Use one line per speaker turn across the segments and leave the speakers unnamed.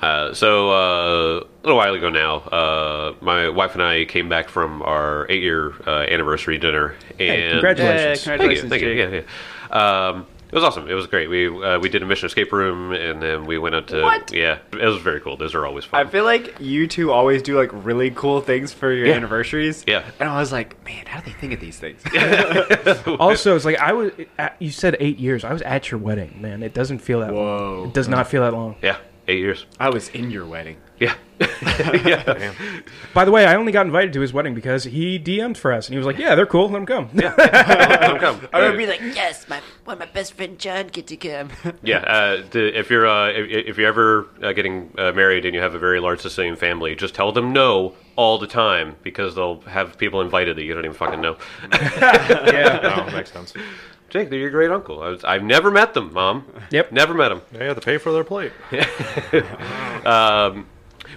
Uh, so uh, a little while ago now, uh, my wife and I came back from our eight-year uh, anniversary dinner, and
congratulations.
Thank you, thank you, yeah, yeah. Um, it was awesome. It was great. We uh, we did a mission escape room, and then we went out to
What?
yeah. It was very cool. Those are always
I
fun.
feel like you two always do like really cool things for your
Yeah.
anniversaries.
Yeah.
And I was like, man, how do they think of these things?
Also, it's like I was. At, you said eight years. I was at your wedding, man. It doesn't feel that.
Whoa.
long. It does not feel that long.
yeah, eight years.
I was in your wedding.
Yeah, yeah.
By the way, I only got invited to his wedding because he DM'd for us, and he was like, "Yeah, they're cool. Let them come."
Come,
Yeah.
come.
I would be like, yes, my one of my best friend John get to come.
Yeah, uh, the, if you're uh, if, if you're ever uh, getting uh, married and you have a very large Sicilian family, just tell them no all the time because they'll have people invited that you don't even fucking know.
Oh, makes sense.
Jake, they're your great uncle. I was, I've never met them, mom.
Yep.
never met them.
They have to pay for their plate.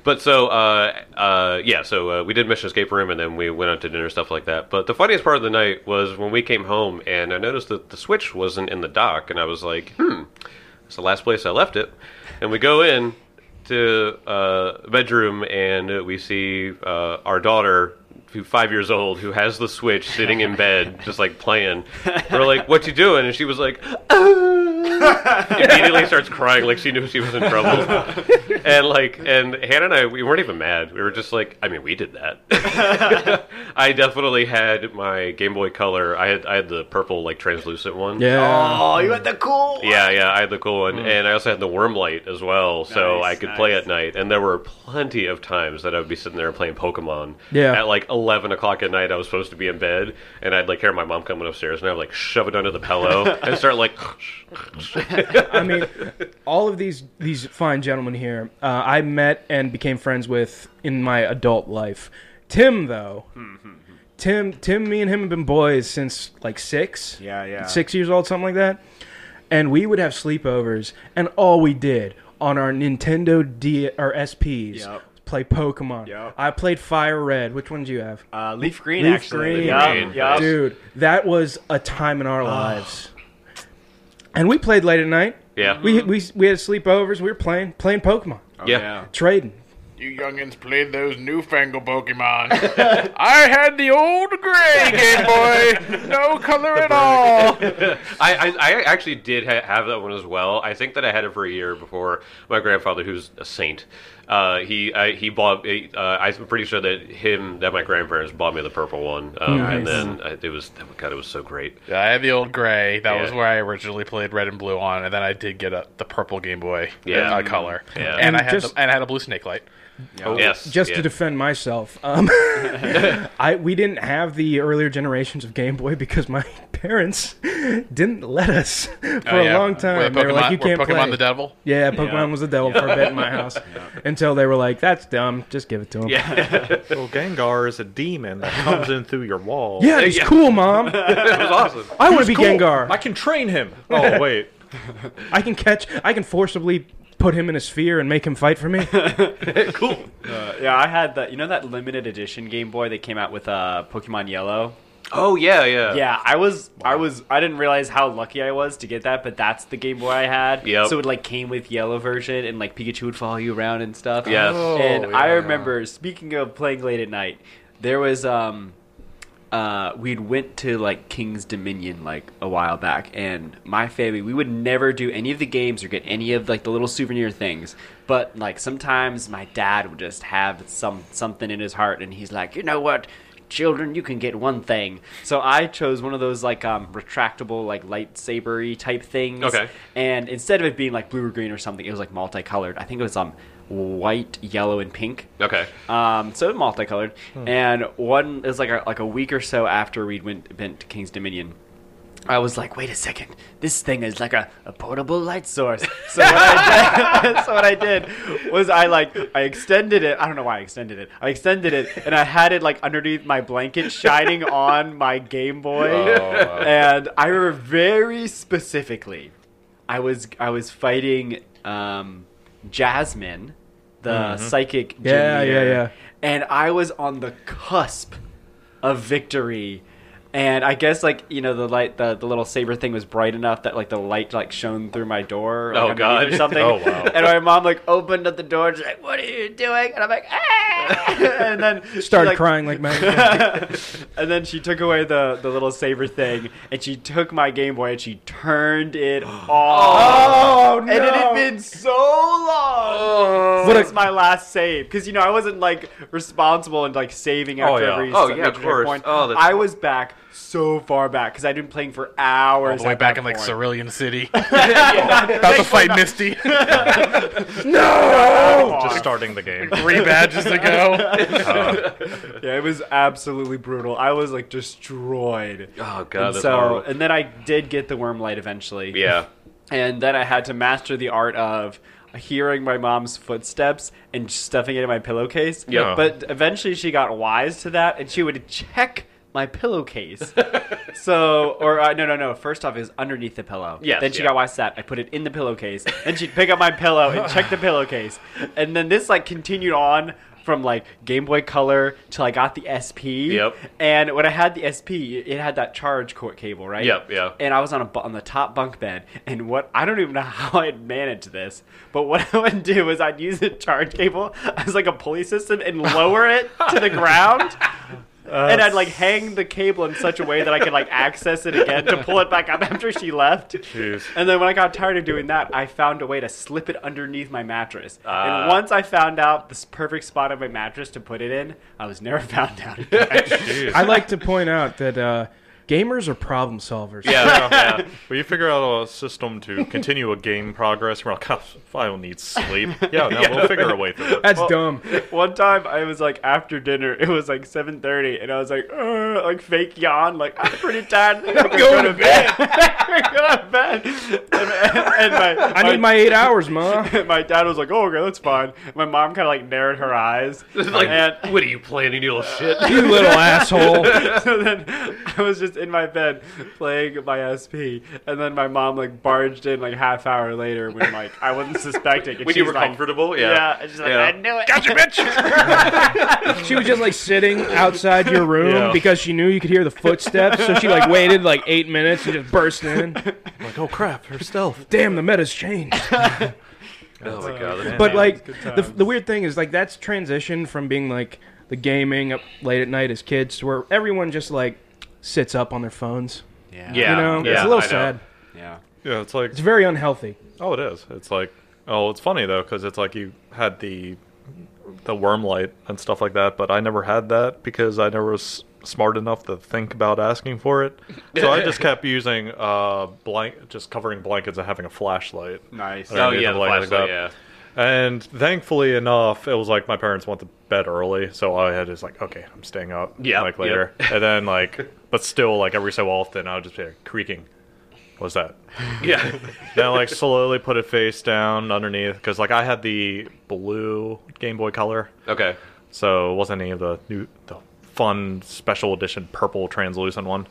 But so, uh, uh, yeah, so uh, we did Mission Escape Room and then we went out to dinner, stuff like that. But the funniest part of the night was when we came home and I noticed that the Switch wasn't in the dock and I was like, hmm, it's the last place I left it. And we go in to uh, bedroom and we see uh, our daughter, who's five years old, who has the Switch sitting in bed, just like playing. We're like, what you doing? And she was like, immediately starts crying like she knew she was in trouble. and like and Hannah and I we weren't even mad. We were just like I mean we did that. I definitely had my Game Boy Color. I had I had the purple like translucent one.
Yeah.
Oh, you had the cool.
Yeah, yeah, I had the cool one, and I also had the worm light as well, so
Hmm. Nice,
I could play
nice.
at night. And there were plenty of times that I would be sitting there playing Pokemon.
Yeah.
At like eleven o'clock at night, I was supposed to be in bed, and I'd like hear my mom coming upstairs, and I'd like shove it under the pillow and start like,
Oh,
I mean, all of these these fine gentlemen here, uh, I met and became friends with in my adult life. Tim, though, Tim, Tim, me and him have been boys since like six.
Yeah, yeah.
Six years old, something like that. And we would have sleepovers, and all we did on our Nintendo D or SPs.
Yep.
Play Pokemon.
Yep.
I played Fire Red. Which one did you have?
Uh, leaf green,
Leaf
actually.
green.
Yup,
Green.
yup.
Dude, that was a time in our lives. And we played late at night.
yeah,
We, we, we had sleepovers. We were playing playing Pokemon,
yeah.
trading.
You youngins played those newfangled Pokemon. I had the old gray Game Boy. No color at all.
I, I, I actually did ha- have that one as well. I think that I had it for a year before my grandfather, who's a saint, uh, he I, he bought. Uh, I'm pretty sure that him that my grandparents bought me the purple one, um, and then I, it was that God, it was so great.
Yeah, I had the old gray. That was
Yeah.
where I originally played red and blue on, and then I did get a, the purple Game Boy
Yeah.
uh, color.
Yeah.
And, I
And
had
just-
the, and I had a blue snake light.
yes,
Just
Oh, yeah.
to defend myself, um, I we didn't have the earlier generations of Game Boy because my parents didn't let us for
Oh,
a
yeah.
long time.
Were
they were like, "You
were
can't
Pokemon
play."
the devil.
yeah, Pokemon was the devil for a bit in my house until they were like, "That's dumb. Just give it to him." Yeah,
Well, Gengar is a demon that comes in through your wall.
he's cool, mom. I
it was awesome.
want to be
Cool.
Gengar.
I can train him. Oh wait,
I can catch. I can forcibly put him in a sphere and make him fight for me.
cool.
Yeah, I had that. You know that limited edition Game Boy that came out with uh, Pokemon Yellow.
Oh yeah, yeah,
Yeah, I was, I was, I didn't realize how lucky I was to get that, but that's the Game Boy I had.
Yep.
So it like came with Yellow version, and like Pikachu would follow you around and stuff.
Yes. Oh,
and
yeah,
I
yeah.
remember speaking of playing late at night, there was um, uh, we'd went to like King's Dominion like a while back, and my family we would never do any of the games or get any of like the little souvenir things. But like sometimes my dad would just have some something in his heart, and he's like, you know what, children, you can get one thing. So I chose one of those like um, retractable like lightsabery type things.
Okay.
And instead of it being like blue or green or something, it was like multicolored. I think it was um white, yellow, and pink
Okay.
um, so multicolored. And one is like a, like a week or so after we'd went, went to King's Dominion. I was like, wait a second, this thing is like a, a portable light source. So what, I did, so what I did was I like I extended it. I don't know why I extended it. I extended it and I had it like underneath my blanket, shining on my Game Boy. And I remember very specifically, I was I was fighting um, Jasmine, the psychic.
Mm-hmm. Yeah,
Janeer,
yeah, yeah.
And I was on the cusp of victory, And I guess like you know the light, the, the little saber thing was bright enough that like the light like shone through my door. like,
Oh, God.
underneath or something.
Oh, wow.
And my mom like opened up the door. and She's like, "What are you doing?" And I'm like, "Ah!" And then she,
Started
like,
crying like mad.
and then she took away the, the little saber thing, and she took my Game Boy and she turned it off.
Oh no!
and it had been so
Oh.
long
What a-
since my last save, because you know I wasn't like responsible and like saving after
yeah.
every
Oh,
s-
yeah, of
major
course.
point.
Oh, that's-
I was back so far back because I'd been playing for hours.
All the way
at
back
that
in like
point.
Cerulean City.
Yeah.
About to fight Misty.
Oh,
Just starting the game.
Three badges ago.
yeah, it was absolutely brutal. I was like destroyed.
Oh god,
And
that's
so,
horrible.
and then I did get the worm light eventually.
Yeah.
And then I had to master the art of hearing my mom's footsteps and stuffing it in my pillowcase.
Yeah.
But eventually she got wise to that and she would check my pillowcase. so, or uh, no, no, no. First off, is underneath the pillow.
Yes,
Then she
yeah.
got wise to that. I put it in the pillowcase. then she'd pick up my pillow and check the pillowcase. And then this like continued on from like Game Boy Color till I got the SP.
Yep.
And when I had the SP, it had that charge cord cable, right?
Yep, yeah.
And I was on a bu- on the top bunk bed, and what I don't even know how I'd manage this, but what I would do is I'd use the charge cable as like a pulley system and lower it to the ground.
Uh,
and I'd like hang the cable in such a way that I could like access it again to pull it back up after she left. And then when I got tired of doing that, I found a way to slip it underneath my mattress.
Ah.
and once I found out this perfect spot of my mattress to put it in, I was never found out. again.
Jeez.
I like to point out that uh, gamers are problem solvers.
Yeah, yeah.
Will you figure out a system to continue a game progress? We're like, "Oh, I don't need sleep. Yeah, no, we'll figure a way through it.
That's dumb.
One time I was like after dinner, it was like seven thirty, and I was like, "Ugh," like fake yawn, like I'm pretty tired. I think I'm going to bed. I'm going to bed. And, and- and my,
I need my eight hours, ma.
my dad was like, "Oh, okay, that's fine." My mom kind of like narrowed her eyes,
like,
and
what are you planning, you little shit?
You little asshole.
so then I was just in my bed playing my SP, and then my mom like barged in like half hour later when like I wasn't suspecting. And
when you
she's
were
like,
comfortable,
Yeah,
yeah.
and she's like,
Yeah.
"I knew it."
Gotcha, bitch.
She was just like sitting outside your room
Yeah.
because she knew you could hear the footsteps, so she like waited like eight minutes and just burst in.
Like, oh crap, her stealth.
Damn, the meta's changed.
Oh my god, that's
But
bad.
like
good
the,
times.
the weird thing is like that's transition from being like the gaming up late at night as kids to where everyone just like sits up on their phones.
yeah,
You know,
yeah,
it's a little
I know.
sad.
yeah.
Yeah, it's like,
It's very unhealthy.
oh, it is. It's like, oh, it's funny though, because it's like you had the the worm light and stuff like that, but I never had that because I never was smart enough to think about asking for it. So I just kept using uh blank, just covering blankets and having a flashlight.
Nice.
Oh
Yeah,
yeah, the
like
flashlight,
that.
yeah.
And thankfully enough, it was like my parents went to bed early, so I had just like, okay, I'm staying up,
Yeah,
like
yep.
later, and then like, but still like every so often I would just be like, creaking. What's that?
Yeah.
then I, like slowly put it face down underneath because like I had the blue Game Boy Color,
Okay.
so it wasn't any of the new the fun special edition purple translucent one.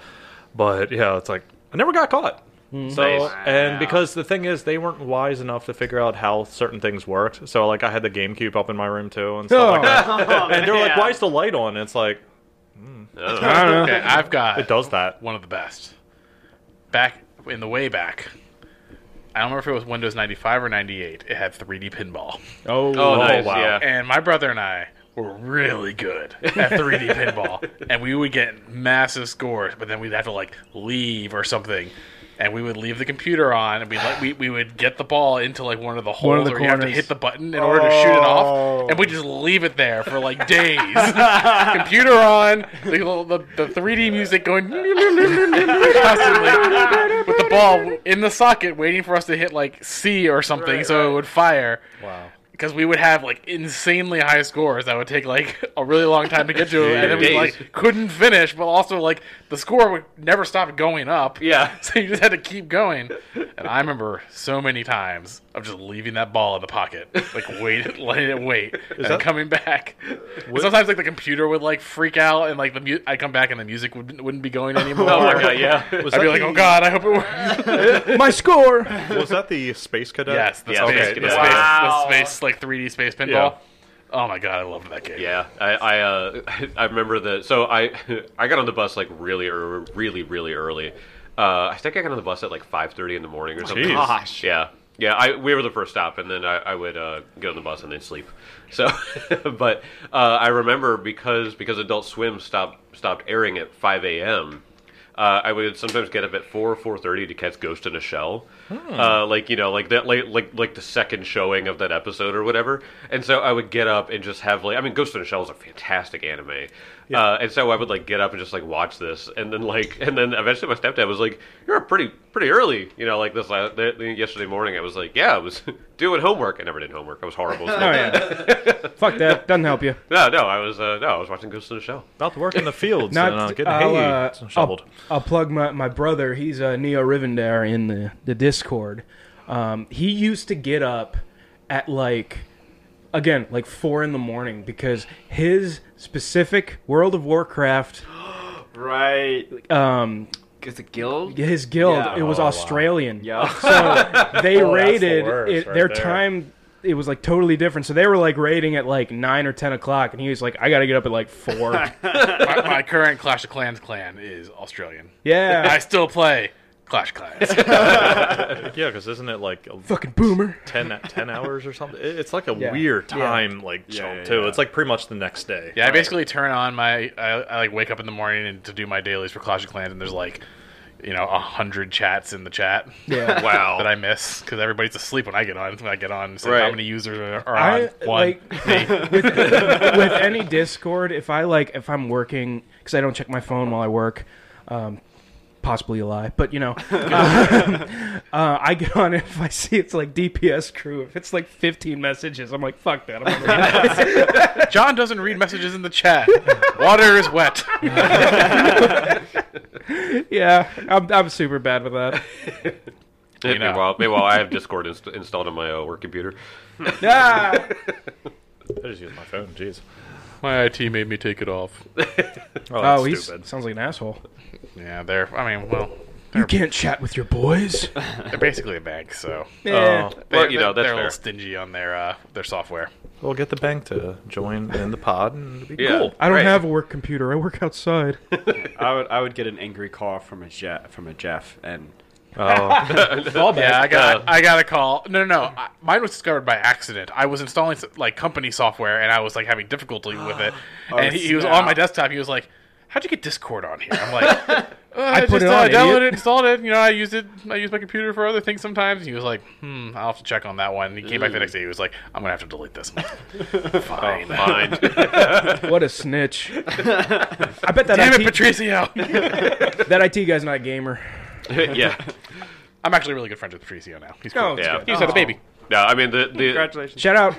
But yeah, it's like I never got caught.
Hmm.
So
Nice.
and because the thing is they weren't wise enough to figure out how certain things worked. So like I had the GameCube up in my room too and stuff like that. and they're like, Why is the light on? It's like
Oh,
I don't know.
Okay, I've got
it does that.
one of the best. Back in the way back, I don't remember if it was Windows 95 or 98. It had 3D pinball,
Oh,
oh, nice,
wow.
yeah.
and my brother and I were really good at 3D pinball, and we would get massive scores. But then we'd have to like leave or something. And we would leave the computer on, and we let we, we would get the ball into like one of the holes,
One of the
where you have to
corners. Oh.
hit the button in order to shoot it off, and we just leave it there for like days. computer on, the, the, the 3D music going constantly with the ball in the socket, waiting for us to hit like C or something so it would fire. Wow. Because we would have like insanely high scores that would take like a really long time to get to, and then we
Days.
like couldn't finish. But also like the score would never stop going up.
Yeah.
So you just had to keep going. And I remember so many times of just leaving that ball in the pocket, like wait, letting it wait, and
that-
coming back. And Sometimes like the computer would like freak out, and like the mu- I'd come back and the music would, wouldn't be going anymore.
Oh my god, yeah.
Was
I'd
that
be like,
the-
oh god, I hope it works.
my score.
was that the space cadet?
yes, the
Yeah,
space,
okay,
the
yeah.
space,
Wow.
the space, like 3D space pinball.
Yeah.
Oh my god, I loved that game.
Yeah, I I, uh, I remember the so I I got on the bus like really early, really really early. Uh, I think I got on the bus at like five thirty in the morning or something.
Jeez.
Gosh.
Yeah, yeah. I we were the first stop, and then I, I would uh, get on the bus and then sleep. So, but uh, I remember because because Adult Swim stopped stopped airing at five a.m. Uh, I would sometimes get up at four four thirty to catch Ghost in a Shell, uh, like you know, like that, like, like like the second showing of that episode or whatever. And so I would get up and just have like, I mean, Ghost in a Shell is a fantastic anime, uh, and so I would like get up and just like watch this, and then like, and then eventually my stepdad was like, "You're up pretty pretty early," you know, like this la- th- yesterday morning. I was like, "Yeah, I was doing homework. I never did homework. I was horrible." as
Oh
well.
yeah. Fuck that. Doesn't help you.
no, no, I was uh, no, I was watching Ghost in a Shell.
About to work in the fields
Not.
and uh, getting
I'll,
hay
uh,
shoveled.
I'll, I'll plug my, my brother. He's uh, Neo Rivendare in the the Discord. Um, he used to get up at like again like four in the morning because his specific World of Warcraft
Right.
um,
It's a guild?
his guild
Yeah.
it was
Oh, wow.
Australian.
Yeah.
so they
Oh, that's the
rated
worst
it,
right
their
there.
time it was like totally different so they were like rating at like 9 or 10 o'clock and he was like i gotta get up at like 4
My, my current Clash of Clans clan is Australian. I
yeah
still play Clash of Clans.
Yeah, because isn't it like a
fucking boomer
10, 10 hours or something? It- It's like a
Yeah.
weird
Yeah.
time like
Yeah,
jump
yeah,
too.
yeah.
It's like pretty much the next day.
Yeah, I basically turn on my. I, I like wake up in the morning and to do my dailies for Clash of Clans, and there's like, you know, a hundred chats in the chat.
Yeah.
wow. That I miss because everybody's asleep when I get on. When I get on, it's like, how
Right.
many users are, are
I,
on one?
like-
Me.
with, with any discord if i like if i'm working because i don't check my phone while i work um, possibly a lie but you know uh, uh, i get on it if i see it's like dps crew if it's like 15 messages i'm like fuck that i'm not
John doesn't read messages in the chat. Water is wet.
yeah I'm, I'm super bad with that
You know.
Meanwhile, meanwhile, I have Discord inst- installed on my uh, work computer.
yeah
I just use my phone. Jeez.
My IT made me take it off.
Oh, that's
oh he
stupid.
sounds like an asshole
Yeah, they're. I mean, well,
You can't chat with your boys.
they're basically a bank, so
Eh.
Oh,
Well,
They're-
you know,
they're
that's fair.
a little stingy on their uh, their software.
we'll get the bank to join in the pod and it'll be
Yeah.
cool.
I don't
Right.
have a work computer. I work outside.
I would I would get an angry call from a Jeff from a Jeff and
Oh,
Yeah, I got
Uh,
I got a call. No, no, no. I, mine was discovered by accident. I was installing like company software, and I was like having difficulty with it.
Oh,
and he, he was on my desktop. He was like, "How'd you get Discord on here?" I'm like, uh, "I
put
just,
it
uh,
on,
downloaded
idiot."
it, installed it. You know, I used it. I use my computer for other things sometimes." And he was like, "Hmm, I'll have to check on that one." And he came back the next day. He was like, "I'm gonna have to delete this." I'm like, Fine.
Mind.
what a snitch! I bet that
Damn it,
IT,
Patricio!
that IT guy's not a gamer.
yeah.
I'm actually really good friends with Patricio now. He's cool.
Oh, that's
Yeah.
good.
He's had a baby.
No, I mean the the
congratulations.
Shout out.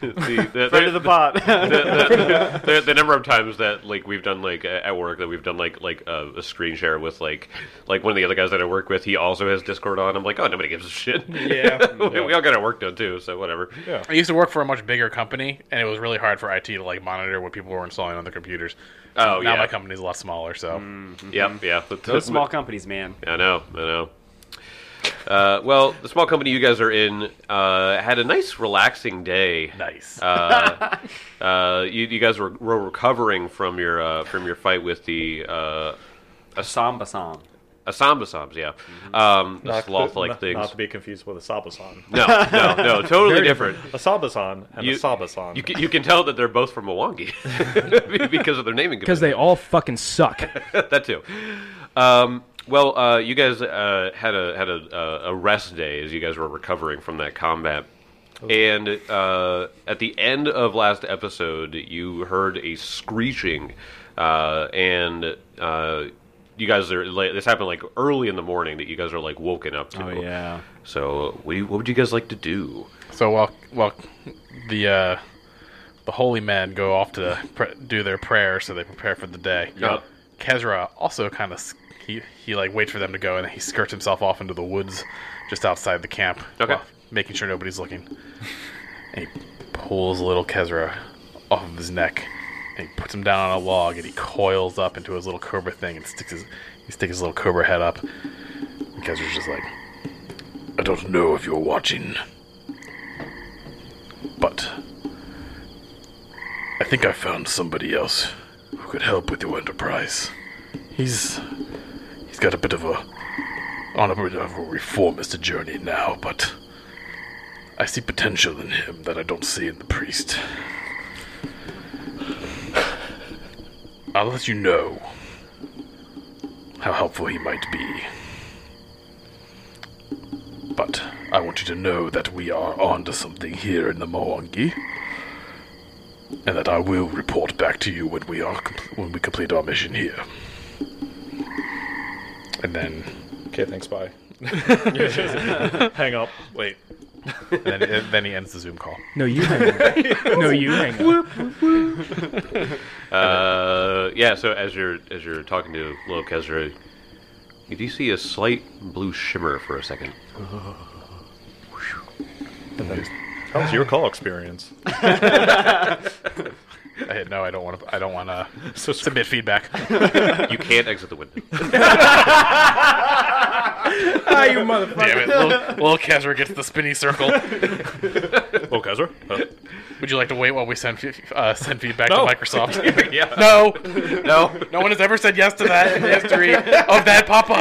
the, the,
Friend of the pot.
the, the, the, the number of times that like we've done like a- at work that we've done like like uh, a screen share with like like one of the other guys that I work with, he also has Discord on. I'm like, oh, nobody gives a shit.
Yeah.
we, we all got our work done too, so whatever.
Yeah.
I used to work for a much bigger company, and it was really hard for IT to like monitor what people were installing on their computers.
Oh,
now
yeah. Mm.
my company's a lot smaller, so
Yep, yeah. But-
Mm-hmm. Those small companies, man.
I know, I know. Uh, well, the small company you guys are in uh, had a nice, relaxing day.
nice.
Uh, uh, you, you guys were, were recovering from your uh, from your fight with the uh,
Assam Basam.
Asamba Soms, yeah,
Mm-hmm.
um, the sloth-like
not,
things.
Not to be confused with a sabasan.
No, no, no, totally different.
A sabasan and
You-
a sabasan.
You can, you can tell that they're both from Milwaukee because of their naming.
Because they all fucking suck.
that too. Um, well, uh, you guys uh, had a had a, uh, a rest day as you guys were recovering from that combat, and uh, at the end of last episode, you heard a screeching, uh, and uh, you guys are like, this happened like early in the morning that you guys are like woken up
Oh,
to. So, what, do you, what would you guys like to do?
so while while the uh, the holy men go off to pr- do their prayer, so they prepare for the day.
Yep.
Kezra also kind of he he like waits for them to go, and he skirts himself off into the woods just outside the camp,
Okay.
while making sure nobody's looking. and he pulls little Kezra off of his neck, and he puts him down on a log, and he coils up into his little cobra thing, and sticks his he sticks his little cobra head up. And Kezra's just like, I don't know if you're watching, but think I found somebody else who could help with your enterprise. He's he's got a bit of a on a bit of a reformist journey now, but I see potential in him that I don't see in the priest. I'll let you know how helpful he might be. But I want you to know that we are onto something here in the Moangi, and that I will report back to you when we are compl- when we complete our mission here. And then,
Okay, thanks. Bye. Hang up. Wait.
and then, and then he ends the Zoom call.
No, you hang up. no, you hang up.
Uh, yeah. So as you're as you're talking to Lil Kesra, you do see a slight blue shimmer for a second.
How was your call experience?
I, no, I don't want to. I don't want to submit feedback.
You can't exit the window.
Ah, you motherfucker.
Damn it! Lil, Lil Kesra gets the spinny circle.
Oh, Kaiser? Uh,
Would you like to wait while we send fe- uh, send feedback
No.
to Microsoft?
yeah.
no,
no.
no one has ever said yes to that in the history of that pop up.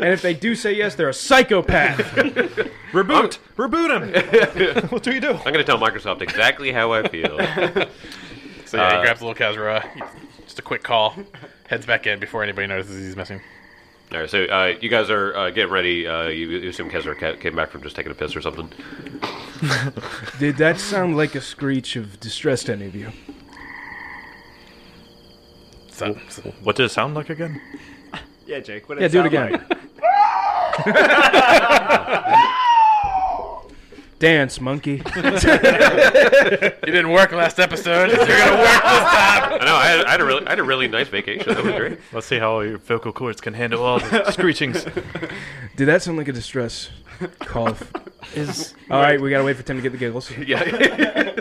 And if they do say yes, they're a psychopath.
Reboot! Reboot him! what do you do?
I'm gonna tell Microsoft exactly how I feel.
So yeah,
Uh,
he grabs little Kazra. Just a quick call. Heads back in before anybody notices he's missing.
All right. So uh, you guys are uh, getting ready. Uh, you, you assume Kesra ca- came back from just taking a piss or something.
Did that sound like a screech of distress to any of you?
So, so-
What did it sound like again?
Yeah, Jake. What
Yeah, do it again. Dance, monkey.
it didn't work last episode. It's gonna work.
I know. I had, I had a really, I had a really nice vacation. That was great.
Let's see how your vocal cords can handle all the screechings.
Did that sound like a distress call?
Is
All right, we gotta wait for Tim to get the giggles.
Yeah.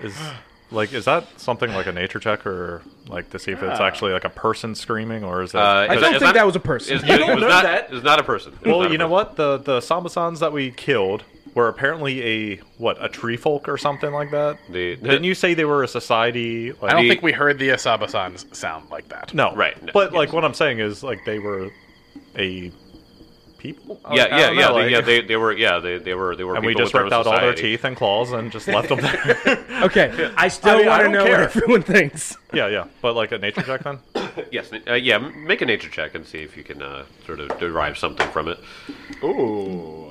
is like is that something like a nature check or like to see if it's actually like a person screaming or is that
Uh,
I
it's-
don't
it's
think
not-
that was a person.
It's, it,
don't
was
know
not,
that.
It was not a person. It was not
Well,
a
you know
person.
what? The the Sambasans that we killed were apparently a what, a tree folk or something like that?
The-
Didn't you say they were a society like
I don't
The-
think we heard the Asabasans sound like that.
No.
Right, no,
but like what I'm saying is like they were a people? I-
Yeah,
I
yeah,
don't
yeah,
know,
they,
like-
yeah. They, they were, yeah, they, they were, they were.
and we
people
just
within
ripped
a
out all their
society.
teeth and claws and just left them there.
Okay, I still
mean, I
want to
don't
know what
care.
everyone thinks.
yeah, yeah. But like a nature check then?
Yes, uh, yeah. m- Make a nature check and see if you can uh, sort of derive something from it.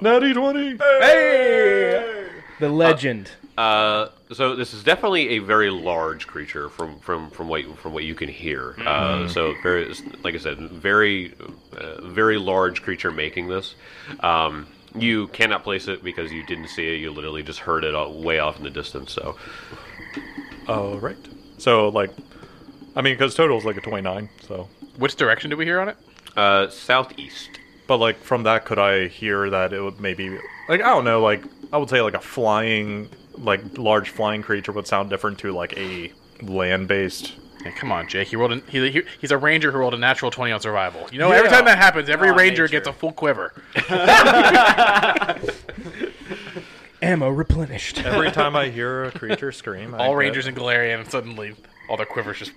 Natty twenty.
The legend.
Uh, so this is definitely a very large creature from from from what from what you can hear.
Mm-hmm.
Uh, so very, like I said, very uh, very large creature making this. Um, you cannot place it because you didn't see it. You literally just heard it all, way off in the distance. So
Oh right. So like I mean, because total is like a twenty-nine. So,
Which direction did we hear on it?
uh, southeast.
but like from that, could I hear that it would maybe like I don't know, like I would say like a flying, like large flying creature would sound different to like a land-based.
Hey, come on, Jake. He rolled. An, he, he- he's a ranger who rolled a natural twenty on survival. You know, every
Yeah.
time that happens, every
Come on,
ranger
nature.
gets a full quiver.
Ammo replenished.
Every time I hear a creature scream, I
All
get-
rangers in Galarian suddenly all their quivers just.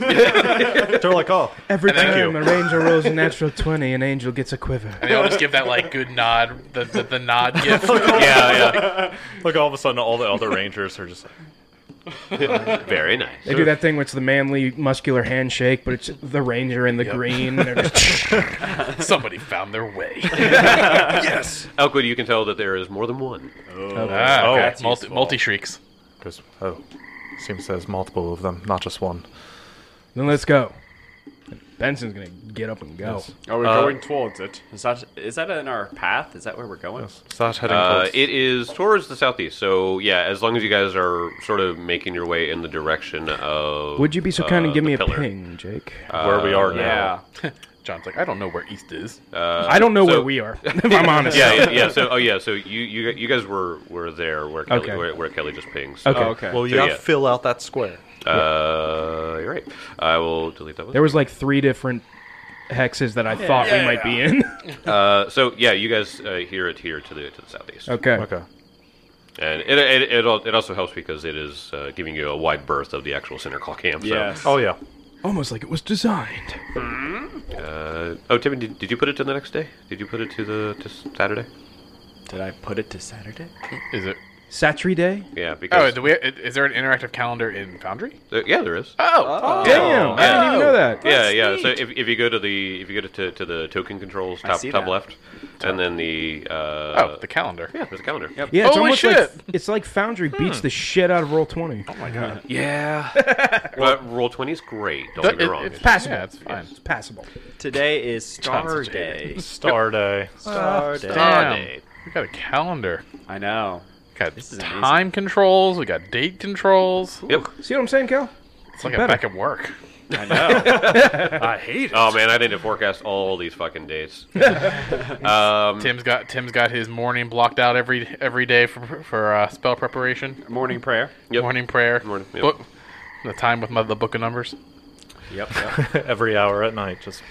they're like, oh,
Every
Thank
time
you.
a ranger rolls a natural 20, an angel gets a quiver.
And they all just give that like good nod, the the, the nod gift.
Yeah, yeah.
like all of a sudden, all the other rangers are just like,
very nice.
They do that thing where it's the manly, muscular handshake, but it's the ranger in the green. and they're just-
Somebody found their way.
Elkwood, you can tell that there is more than one.
Ah,
Oh,
okay.
that's
multi, multi shrieks.
goes, oh, seems there's multiple of them, not just one.
then let's go. Benson's gonna get up and go.
Are we
Uh,
going towards it? Is that is that in our path? Is that where we're going?
Start heading
Uh,
towards-
it is towards the southeast. So yeah, as long as you guys are sort of making your way in the direction of.
Would you be so
uh,
kind and give
the
me a
pillar.
ping, Jake?
where we are now.
Yeah.
John's like, I don't know where East is. Uh,
I don't know
so-
where we are. If I'm honest.
Yeah, yeah, yeah. So oh yeah, so you you, you guys were were there where Kelly
Okay.
where, where Kelly just pings. So,
Okay.
Oh, okay.
Well, you
So,
gotta
yeah.
fill out that square.
Uh, you're right. I will delete that one.
There was like three different hexes that I thought we might be in.
Uh, so yeah, you guys uh, hear it here to the to the southeast.
okay.
Okay.
And it it, it, al- it also helps because it is uh, giving you a wide berth of the actual center call cam. So.
Yes.
Oh yeah.
Almost like it was designed.
Uh, oh, Timmy, did, did you put it to the next day? Did you put it to the to Saturday?
Did I put it to Saturday?
Is it?
Saturday Day?
Yeah, because
Oh, do we? Is there an interactive calendar in Foundry?
there- yeah, there is.
Oh,
Damn, I didn't even know that.
yeah, yeah. So if, if you go to the if you go to, to the token controls top
see
top
that.
left, and then the uh,
oh, the calendar.
yeah, there's a calendar. Yep.
Yeah, it's
Holy
almost
shit.
like it's like Foundry beats the shit out of Roll Twenty.
But roll twenty is great. Don't
It-
get me wrong.
it's
Passable.
Yeah, it's fine.
It's passable.
Today is Star
Tons of
Day.
Star Day.
Star Day.
Damn, we got a calendar.
I know.
We got
This is
time
amazing.
controls. We got date controls.
yep.
See what I'm saying, Cal?
It's like I'm
better.
back at work.
I know.
I hate it.
Oh man, I need to forecast all these fucking dates.
Tim's got Tim's got his morning blocked out every every day for for uh, spell preparation,
Morning prayer.
Yep.
morning prayer,
Morning, yep.
book, the time with my, the book of numbers.
Yep.
Every hour at night, just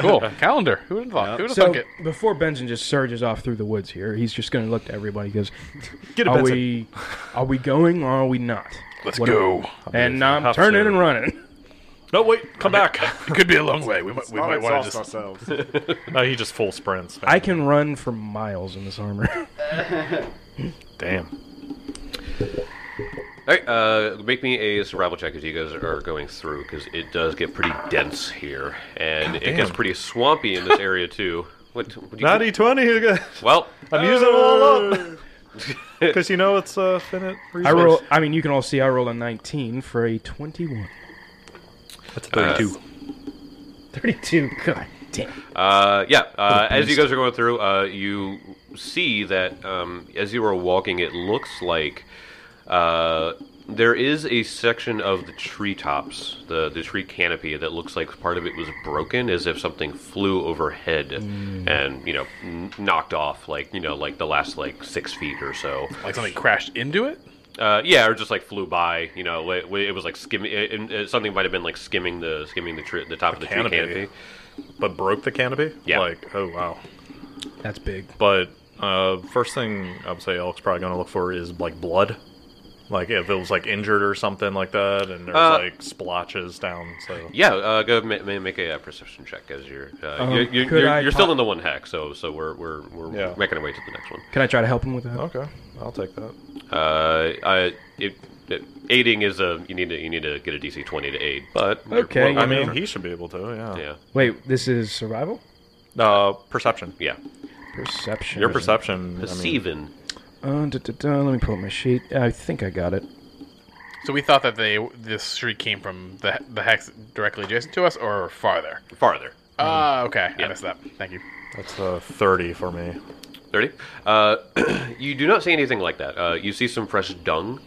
cool calendar. Who would have thought? Who would have
So
thunk it?
before Benson just surges off through the woods here, he's just going to look to everybody. He goes,
get a
"Are
Benson.
we, are we going or are we not?"
Let's
What-
go.
And I'm
Have
turning
to.
and running.
No, wait, come back.
It could be a long way. We might, we
Not
might want to
exhaust
just.
ourselves.
no, he just full sprints. man.
I can run for miles in this armor.
Damn.
All right, uh, make me a survival check as you guys are going through because it does get pretty dense here, and it gets
damn.
pretty swampy in this area too. What? what do you
Natty twenty again.
Well,
I'm using it all up because you know it's uh, finite.
I
Resource.
roll. I mean, you can all see I roll a 19 for a 21.
That's thirty-two.
32. God damn.
Uh, yeah. Uh, as you guys are going through, uh, you see that um, as you are walking, it looks like uh, there is a section of the treetops, the the tree canopy, that looks like part of it was broken, as if something flew overhead and you know n- knocked off, like you know, like the last like six feet or so.
Like something crashed into it.
Uh, yeah, or just like flew by. You know, it, it was like skimming. It, it, something might have been like skimming the skimming the tree, the top of the
canopy.
tree canopy.
but broke the canopy.
Yeah.
Like, oh wow.
That's big.
But uh, first thing I would say Elk's probably gonna look for is like blood. Like if it was like injured or something like that, and there's
Uh,
like splotches down. So
Yeah, uh, go ma- ma- make a uh, perception check as you're uh,
Um,
you're, you're,
could
you're,
I
you're still
po-
in the one hack, so so we're we're, we're
Yeah.
making our way to the next one.
Can I try to help him with that?
okay, I'll take that.
Uh, I, it, it- aiding is a you need to you need to get a DC twenty to aid, but you're-
Okay,
I
well,
mean, he should be able to. Yeah.
yeah,
Wait, this is survival?
Uh, perception.
yeah,
Perception.
Your perception. I mean,
perceiving.
Uh, da, da, da, let me pull up my sheet. I think I got it.
So we thought that they this street came from the the hex directly adjacent to us or farther.
farther.
Ah, okay. I missed that. Thank you.
that's uh, thirty for me.
30. Uh, you do not see anything like that. Uh, you see some fresh dung.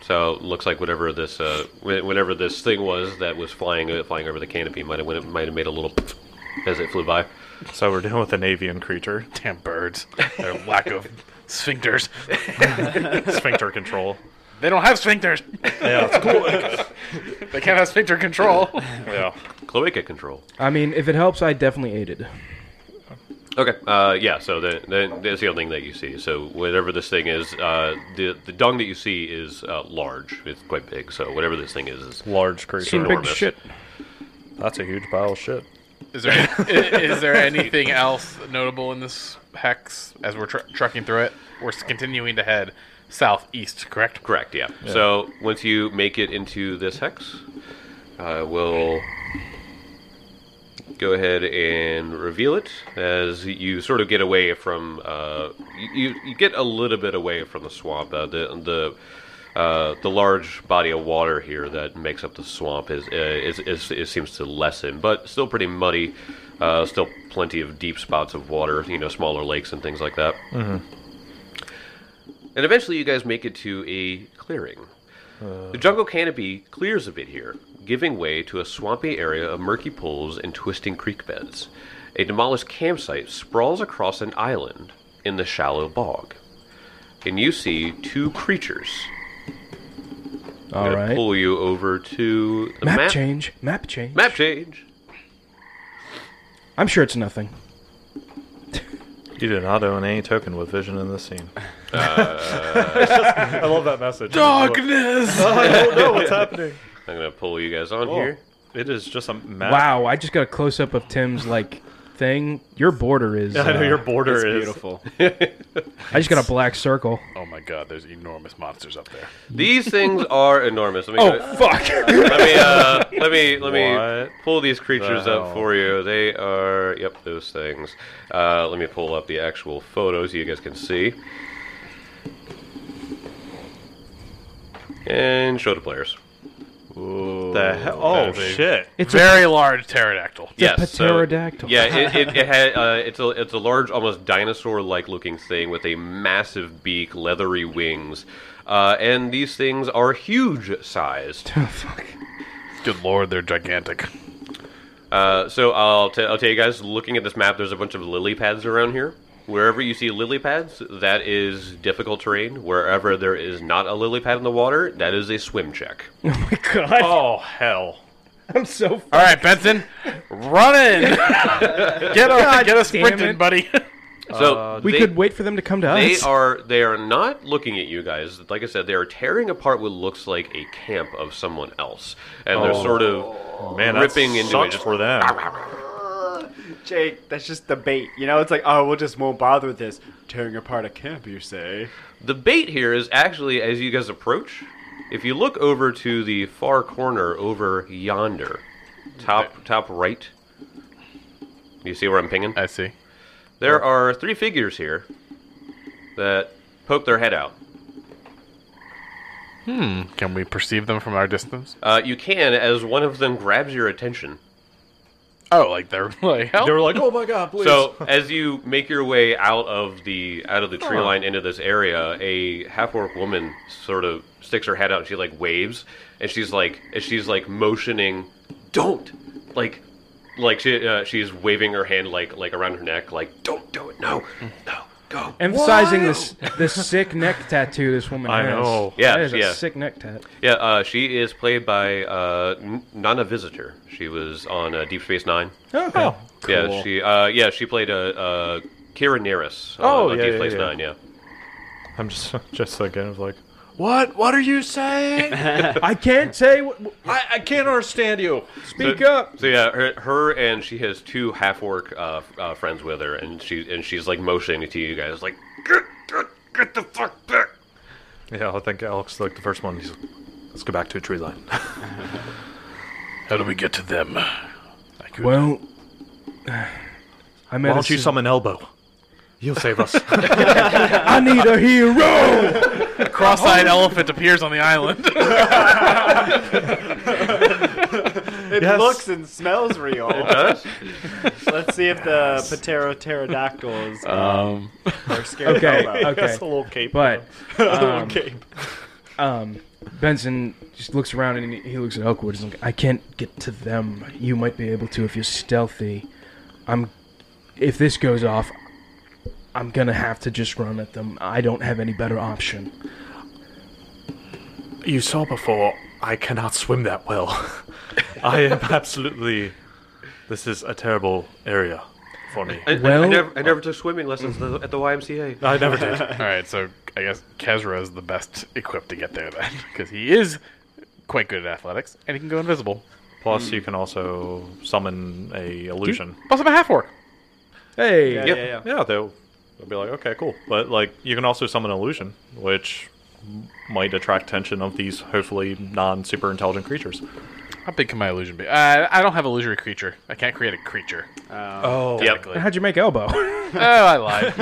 So it looks like whatever this uh, wh- whatever this thing was that was flying uh, flying over the canopy might have went- might have made a little as it flew by.
So we're dealing with an avian creature,
Damn birds. Their lack of sphincters.
sphincter control.
They don't have sphincters.
Yeah, it's cool.
They can't have sphincter control.
yeah.
Cloaca control.
I mean, if it helps, I definitely aided.
Okay. Uh, yeah. So the, the, that's the only thing that you see. So whatever this thing is, uh, the the dung that you see is uh, large. It's quite big. So whatever this thing is, is
Large creature.
Big Enormous. shit.
That's a huge pile of shit.
Is there is, is there anything else notable in this hex as we're tr- trucking through it? We're s- continuing to head southeast, correct?
correct. Yeah. So once you make it into this hex, I will go ahead and reveal it as you sort of get away from uh, you, you get a little bit away from the swamp. Uh, the the uh, the large body of water here that makes up the swamp is, uh, is, is, it seems to lessen, but still pretty muddy. Uh, still plenty of deep spots of water, you know, smaller lakes and things like that. And eventually, you guys make it to a clearing. The jungle canopy clears a bit here, giving way to a swampy area of murky pools and twisting creek beds. A demolished campsite sprawls across an island in the shallow bog. And you see two creatures.
All
I'm gonna
right.
pull you over to the
Map,
map,
change. Map change.
Map change.
I'm sure it's nothing.
You do not own any token with vision in this scene. Uh, I love that message.
Oh, Darkness.
I don't know what's happening.
I'm gonna pull you guys
Oh.
on
Here,
here.
it is just a map.
Wow, I just got a close up of Tim's like thing. Your border is.
I know
uh,
your border
It's
is
beautiful.
I just got a black circle.
Oh my god, there's enormous monsters up there.
These things are enormous. Let me,
Oh fuck!
let me, uh, let me, let me
What
pull these creatures
the
up
hell?
for you. They are, yep, those things. Uh, let me pull up the actual photos so you guys can see. And show to players.
The he- oh
That is a-
shit!
It's a-
Very large pterodactyl.
yes,
a
so-
pterodactyl.
yeah, it, it, it had, uh, it's a it's a large, almost dinosaur-like looking thing with a massive beak, leathery wings, uh, and these things are huge sized.
Oh,
Good lord, they're gigantic.
Uh, so I'll, t- I'll tell you guys, looking at this map, there's a bunch of lily pads around here. Wherever you see lily pads, that is difficult terrain. Wherever there is not a lily pad in the water, that is a swim check.
Oh my god!
Oh hell!
I'm so.
All right, Benson, run in. get a get a sprinting,
it.
buddy.
So
Uh, we
they-
could wait for them to come to
They
us.
are they are not looking at you guys. Like I said, they are tearing apart what looks like a camp of someone else, and
Oh.
they're sort of
Man,
ripping
that
into
sucks
it. Just-
for them.
Jake, that's just the bait. You know, it's like, oh, we'll just won't bother with this. Tearing apart a camp, you say?
The bait here is actually as you guys approach. If you look over to the far corner over yonder, top top right. You see where I'm pinging?
I see.
There are three figures here that poke their head out.
Can we perceive them from our distance?
Uh, you can, as one of them grabs your attention.
Oh, like they're like help.
They were like, "Oh my god, please!"
So, as you make your way out of the out of the tree line into this area, a half orc woman sort of sticks her head out and she like waves, and she's like, and she's like motioning, "Don't!" Like, like she uh, she's waving her hand like like around her neck, like, "Don't do it! No, no, go!"
emphasizing this this sick neck tattoo this woman
I
has.
know.
Yeah,
that is
yeah.
a sick neck tat.
Yeah, uh, she is played by uh, N- Nana Visitor. She was on uh, Deep Space Nine.
Oh,
Yeah, she uh, yeah she played uh, uh, Kira Nerys on,
Oh,
on
yeah,
Deep
yeah,
Space
yeah.
Nine. Yeah.
I'm just just thinking of like,
What? What are you saying?
I can't say. What,
I, I can't understand you.
speak
So-
up.
So yeah, her, her and she has two half orc uh, f- uh, friends with her, and she and she's like motioning to you guys, like get, get, get the fuck back.
Yeah, I think Alex like the first one. He's, let's go back to a tree line.
How do we get to them? I could-
Well, I
Why
met.
don't
a
you
s-
summon Elbow? You'll save us.
I need a hero.
a cross-eyed elephant appears on the island.
It
Yes.
looks and smells real. Let's see if the Patero pterodactyls uh,
um,
are scared
Okay,
of Elmo.
okay,
little cape.
but um,
cape.
um, Benson just looks around and he- he looks at Elkwood. He's like, I can't get to them. You might be able to if you're stealthy. I'm. If this goes off, I'm gonna have to just run at them. I don't have any better option.
You saw before. I cannot swim that well. I am absolutely. This is a terrible area for me.
I, I, I
Well- uh,
never, I never took swimming lessons at the- at the YMCA.
I never did.
all right, so I guess Kezra is the best equipped to get there then, because he is quite good at athletics and he can go invisible.
Plus, you can also summon a illusion.
Plus, I'm a half orc.
Hey,
Yeah, yeah, yeah.
Yeah, they'll, they'll be like, okay, cool. But like, you can also summon an illusion, which m- might attract attention of these hopefully non-super intelligent creatures.
How big can my illusion be? Uh, I don't have illusory creature. I can't create a creature.
Oh,
Yep.
how'd you make elbow?
Oh, I lied.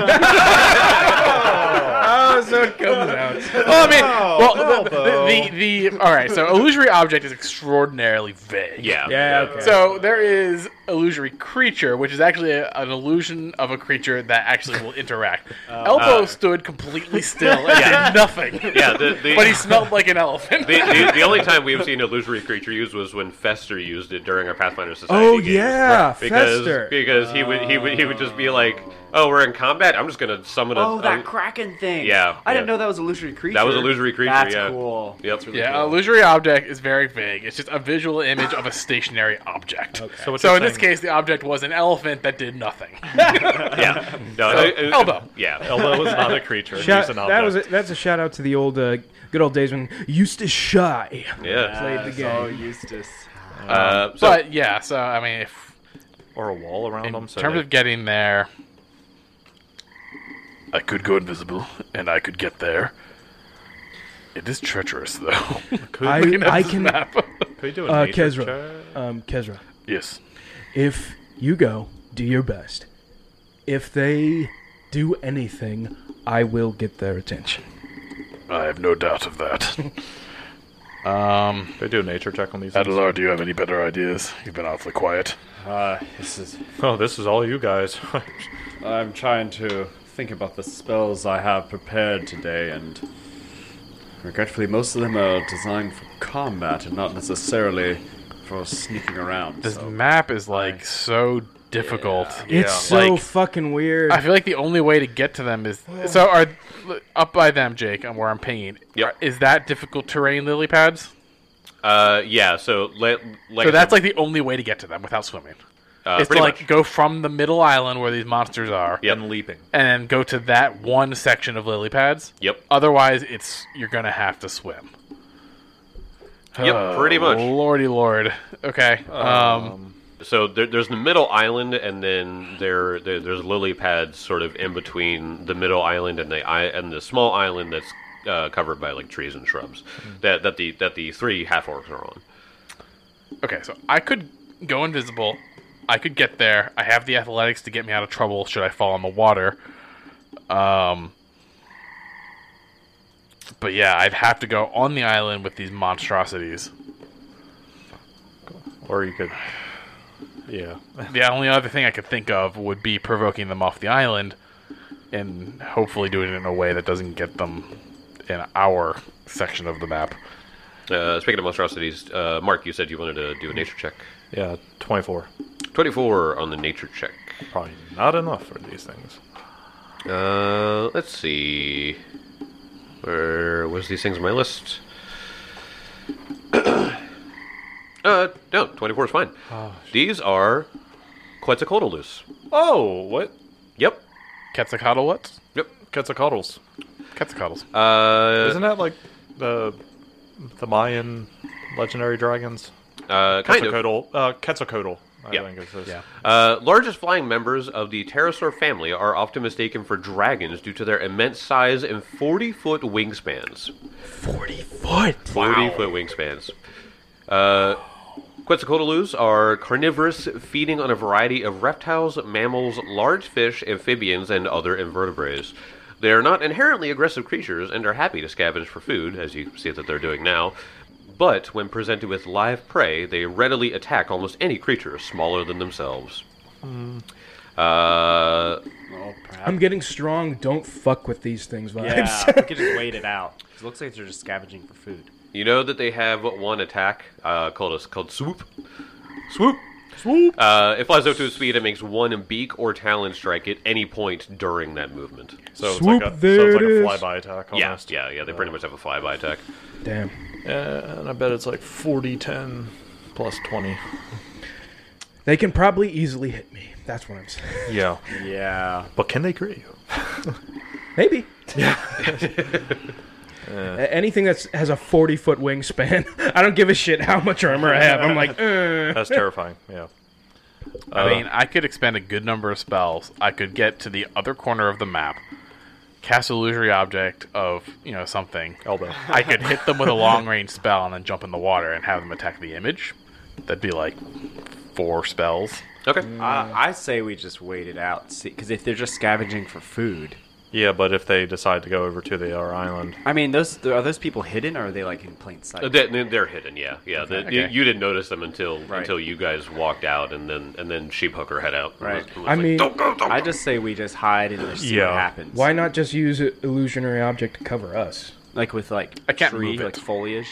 oh, so it comes out.
well, I mean, well, the, the, the all right. So illusory object is extraordinarily vague.
Yeah.
Yeah, okay.
So there is illusory creature, which is actually a, an illusion of a creature that actually will interact. Elbow stood completely still and
Yeah.
did nothing.
Yeah, the- the-
but he smelled like an elephant.
The, the, the only time we've seen illusory creature used was when Fester used it during our Pathfinder Society.
Oh,
games.
yeah,
because
Fester.
because he would he would he would just be like, oh, we're in combat. I'm just gonna summon a.
Oh, that
a-
Kraken thing.
yeah,
I didn't
yeah.
know that was illusory creature.
that was illusory creature.
That's
yeah.
cool.
Yep. That's really
yeah,
cool.
illusory object is very vague. It's just a visual image of a stationary object.
So, what
So
you're
in this this case, the object was an elephant that did nothing.
yeah. No, it- it-
elbow.
Yeah.
Elbow was not a creature.
Shout-
he's an object.
that was a, that's a shout out to the old uh, good old days when Eustace Shy
Yeah.
played the game.
Oh, Eustace.
Uh, so,
but yeah, so I mean, if,
or a wall around
in
them. So
terms
they-
of getting there, I could go invisible, and I could get there. It is treacherous, though.
I, I can uh,
could you do a nature
Kezra,
check?
um, Kezra.
yes.
If you go, do your best. If they do anything, I will get their attention.
I have no doubt of that. um,
Could we do a nature check on these. things?
Adelar, do you have any better ideas? You've been awfully quiet.
Uh, this is.
Oh, this is all you guys.
I'm trying to think about the spells I have prepared today, and regretfully, most of them are designed for combat and not necessarily for sneaking around.
This
so-
map is like so difficult.
It's so
Like-
fucking weird.
I feel like the only way to get to them is so are up by them, Jake, and where I'm pinging.
Yep.
Is that difficult terrain, lily pads?
uh, yeah. So, la- like,
So that's like the only way to get to them without swimming.
uh,
It's to
pretty
like
much.
go from the middle island where these monsters are,
Yep.
And leaping.
and then go to that one section of lily pads.
Yep.
Otherwise, it's you're gonna have to swim.
Yep,
Oh,
pretty much.
Lordy lord. Okay. um,
So there, there's the middle island, and then there, there there's lily pads sort of in between the middle island and the i- and the small island that's uh, covered by like trees and shrubs
Hmm.
that that the that the three half orcs are on.
Okay, so I could go invisible. I could get there. I have the athletics to get me out of trouble should I fall in the water. Um, but yeah, I'd have to go on the island with these monstrosities.
Or you could. Yeah.
The only other thing I could think of would be provoking them off the island and hopefully doing it in a way that doesn't get them in our section of the map.
Uh, speaking of monstrosities, uh, Mark, you said you wanted to do a nature check.
Yeah, 24.
Twenty four on the nature check.
Probably not enough for these things.
Uh, let's see. Where was these things on my list? uh, no, 24 is fine. these are Quetzalcoatlus.
Oh, what?
Yep.
Quetzalcoatl what?
Yep.
Quetzalcoatlus.
Quetzalcoatls.
Uh,
Isn't that like the the Mayan legendary dragons?
uh, kind of.
Quetzalcoatl. Uh, Quetzalcoatl. I
Yeah.
think it says.
Yeah.
Uh, largest flying members of the pterosaur family are often mistaken for dragons due to their immense size and 40 foot wingspans.
40 foot.
40 foot wingspans. Uh, Quetzalcoatlus are carnivorous, feeding on a variety of reptiles, mammals, large fish, amphibians, and other invertebrates. They are not inherently aggressive creatures and are happy to scavenge for food, as you see that they're doing now. But when presented with live prey, they readily attack almost any creature smaller than themselves. Uh,
Well, perhaps.
I'm getting strong. Don't fuck with these things vibes.
Yeah, we could just wait it out. 'Cause It looks like they're just scavenging for food.
You know that they have one attack uh, called a, called swoop, swoop,
Swoop.
Uh, it flies up to its speed and makes one beak or talon strike at any point during that movement.
So it's
Swoop,
like a,
there
so
it
it's
is.
like a flyby attack almost.
Yeah, yeah, yeah. They pretty much have a flyby attack.
Damn.
Yeah, and I bet it's like 40, 10, plus 20.
They can probably easily hit me. That's what I'm saying.
Yeah.
Yeah.
But can they crit you?
Maybe. Yeah. Anything that has a 40 foot wingspan, I don't give a shit how much armor I have. I'm like, eh.
That's terrifying. Yeah.
I mean, I could expend a good number of spells. I could get to the other corner of the map, cast illusory object of you know something.
Elbow.
I could hit them with a long range spell and then jump in the water and have them attack the image. That'd be like four spells.
Okay.
Uh, I say we just wait it out. Because if they're just scavenging for food.
Yeah, but if they decide to go over to the other island,
I mean, those are those people hidden or are they like in plain sight?
Uh, They, they- they're hidden. Yeah, yeah. The-
Okay.
You, you didn't notice them until
Right.
until you guys walked out, and then and then she hooked her head out. and
Right.
was- was
I
like,
mean-
don't go, don't
I
go."
just say we just hide and just see
Yeah.
what happens.
why not just use an illusionary object to cover us?
Like with like
I can't
tree,
move it.
like foliage.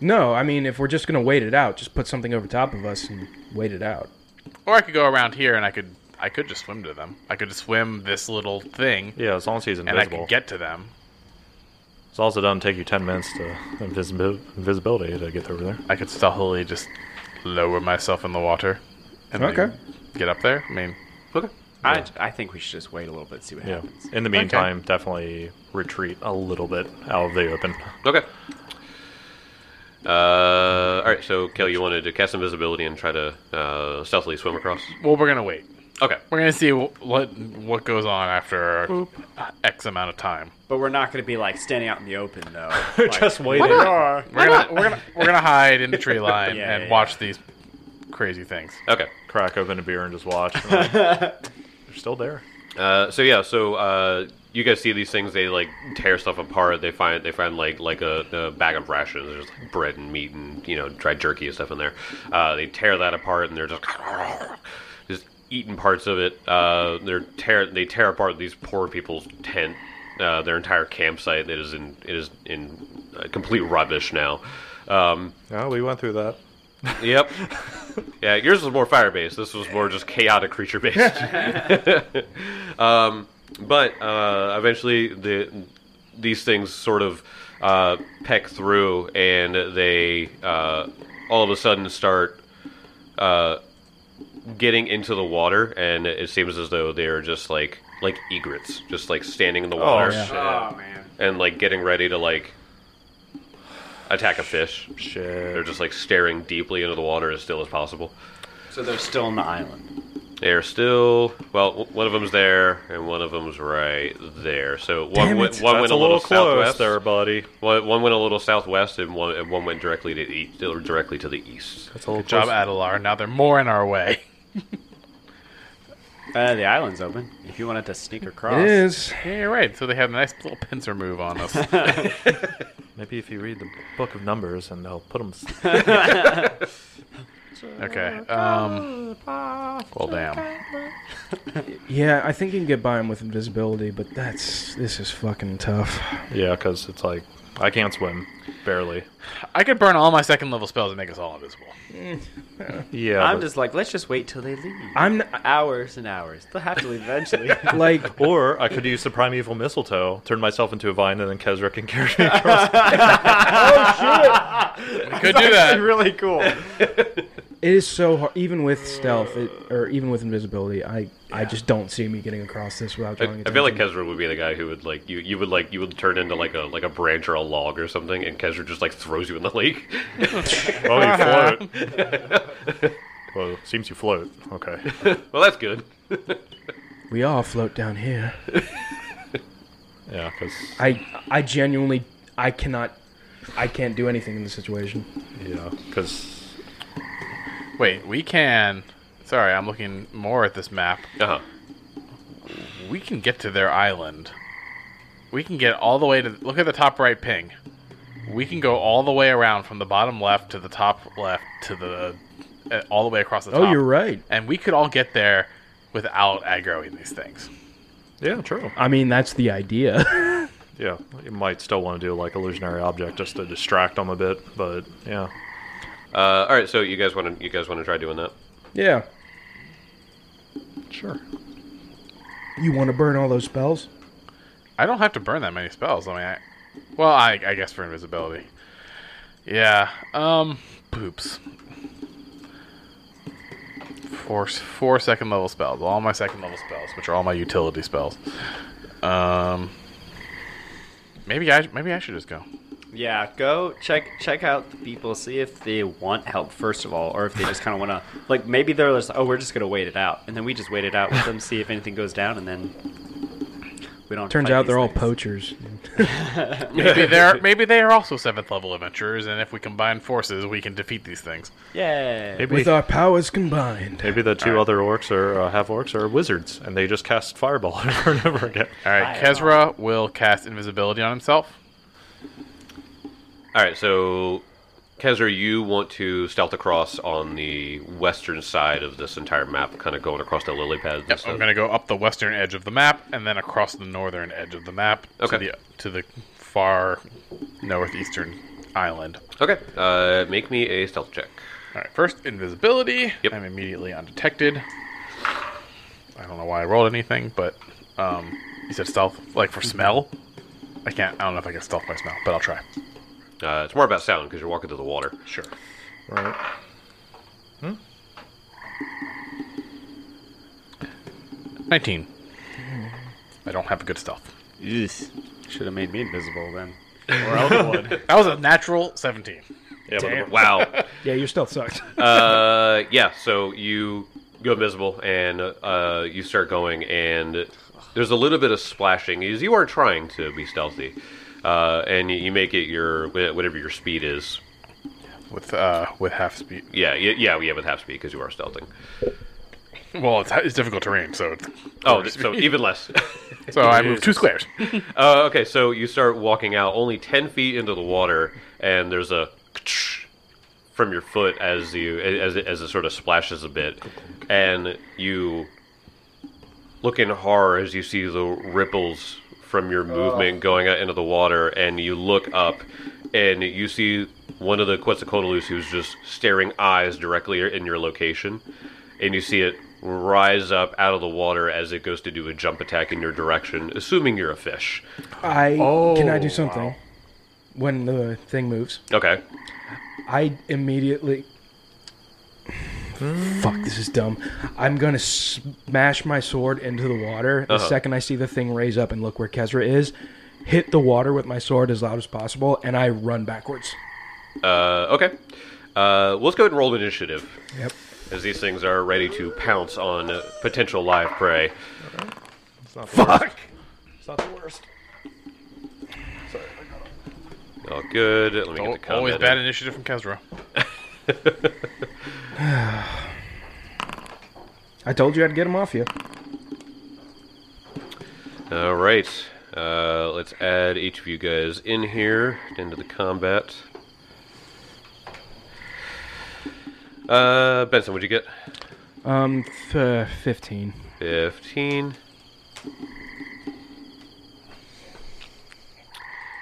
No, I mean, if we're just going to wait it out, just put something over top of us and wait it out.
Or I could go around here and I could I could just swim to them. I could just swim this little thing
yeah, as long as he's
and I
invisible.
could get to them.
It's also doesn't take you 10 minutes to invisibil- invisibility to get over there.
I could stealthily just lower myself in the water and
Okay.
we get up there. I mean,
Okay.
I, I think we should just wait a little bit, see what
Yeah.
happens.
In the meantime, definitely retreat a little bit out of the open.
Okay. Uh, all right. So, Kel, you wanted to cast invisibility and try to uh, stealthily swim across.
well, we're gonna wait.
Okay.
We're gonna see wh- what what goes on after X amount of time.
But we're not going to be like standing out in the open though.
Just
Like,
waiting.
We're gonna, we're gonna we're gonna hide in the tree line
Yeah,
and
yeah,
watch these crazy things.
Okay.
Crack open a beer and just watch. And like, They're still there.
Uh, so yeah. So uh, you guys see these things? They like tear stuff apart. They find they find like like a, a bag of rations. There's like bread and meat and you know dried jerky and stuff in there. Uh, they tear that apart and they're just just eating parts of it. Uh, they're tear they tear apart these poor people's tent. Uh, their entire campsite that is in it is in uh, complete rubbish now. Um,
Yeah, we went through that.
Yep. yeah, yours was more fire based. This was more just chaotic creature based. um, but uh, eventually, the these things sort of uh, peck through, and they uh, all of a sudden start uh, getting into the water, and it seems as though they are just like like egrets, just like standing in the water
Oh man.
and like getting ready to like attack a fish. They're
Shit.
just like staring deeply into the water as still as possible.
So they're still on the island.
They are still well. w- One of them's there, and one of them's right there. So one
Damn
went
it.
one
That's
went a
a little
little
close
southwest.
there, buddy.
One, one went a little southwest, and one and one went directly to east, directly to the east.
That's a little
Job
close.
Adelar. Now they're more in our way.
Uh, the island's open. If you wanted to sneak across.
It is.
Yeah, you're right. So they have a nice little pincer move on us.
Maybe if you read the book of numbers and they'll put them.
Okay. Um, well, damn.
Yeah, I think you can get by him with invisibility, but that's this is fucking tough.
yeah, because it's like I can't swim, barely.
I could burn all my second level spells and make us all invisible.
Yeah,
I'm
but-
just like, let's just wait till they leave.
I'm n-
hours and hours. They'll have to leave eventually.
like
Or I could use the primeval mistletoe, turn myself into a vine, and then Kesrick and carry me across.
We could do that.
really cool.
it is so hard, even with stealth it, or even with invisibility. I I just don't see me getting across this without
I,
drawing attention.
I feel like Kesra would be the guy who would like you. You would like you would turn into like a like a branch or a log or something, and Kesra just like throws you in the lake.
oh, you float. well, seems you float. Okay.
well, that's good.
we all float down here.
Yeah, because
I I genuinely I cannot I can't do anything in this situation.
yeah, because
Wait, we can. Sorry, I'm looking more at this map.
Uh huh.
We can get to their island. We can get all the way to. Look at the top right ping. We can go all the way around from the bottom left to the top left to the. Uh, all the way across the
Oh,
top.
you're right.
And we could all get there without aggroing these things.
yeah, true.
I mean, that's the idea.
Yeah, you might still want to do like illusionary object just to distract them a bit, but yeah,
Uh, all right. So you guys want to you guys want to try doing that?
yeah.
sure.
You want to burn all those spells?
I don't have to burn that many spells. I mean, I, well, I, I guess for invisibility. Yeah. Um. Poops. Four four second level spells. All my second level spells, which are all my utility spells. Um. Maybe I maybe I should just go.
Yeah, go check check out the people, see if they want help first of all, or if they just kind of want to like maybe they're just oh we're just gonna wait it out, and then we just wait it out with them, see if anything goes down, and then we don't.
Turns
fight
out they're
these
all
things.
poachers.
Maybe they're maybe they are also seventh level adventurers, and if we combine forces, we can defeat these things.
Yeah.
Maybe
With uh, our powers combined.
maybe the two other orcs or uh, half orcs are wizards, and they just cast fireball over and over again.
All right, Kezra will cast invisibility on himself.
All right, so Kezra, you want to stealth across on the western side of this entire map, kind of going across the lily pads. and
I'm
stuff.
going to go up the western edge of the map and then across the northern edge of the map
Okay.
to the to the far northeastern island.
Okay, uh, make me a stealth check.
All right, first invisibility.
Yep.
I'm immediately undetected. I don't know why I rolled anything, but um, you said stealth, like for smell. I can't. I don't know if I can stealth by smell, but I'll try.
Uh, it's more about sound because you're walking through the water.
Sure.
Right.
Nineteen. I don't have a good stealth.
Should have made me invisible then.
That was a natural seventeen.
Yeah, but
Damn.
Wow.
Yeah, your stealth sucked.
uh, yeah, so you go invisible and uh, you start going, and there's a little bit of splashing. You you are trying to be stealthy, uh, and you- you make it your whatever your speed is.
With uh, with half speed.
Yeah, y- yeah, yeah, with half speed because you are stealthing.
Well, it's, it's difficult terrain, so it's,
Oh, th- so even less.
so I moved two squares.
uh, okay, so you start walking out only ten feet into the water, and there's a from your foot as you as it- as it sort of splashes a bit, and you look in horror as you see the ripples from your movement going out into the water, and you look up, and you see one of the Quetzalcoatlus who's just staring eyes directly in your location, and you see it rise up out of the water as it goes to do a jump attack in your direction, assuming you're a fish.
I can I
Oh,
do something
wow.
when the thing moves?
Okay.
I immediately. Fuck, this is dumb. I'm gonna smash my sword into the water the second I see the thing raise up and look where Kesra is. Hit the water with my sword as loud as possible, and I run backwards.
Uh, okay. Uh, let's go ahead and roll initiative,
Yep.
as these things are ready to pounce on uh, potential live prey.
it's not the worst. It's not the worst.
All good. Let me get the comment.
Always bad initiative from Kezra.
I told you I'd get him off you.
All right. Uh, let's add each of you guys in here into the combat. Uh, Benson, what'd you get?
Um, f- uh, fifteen.
15.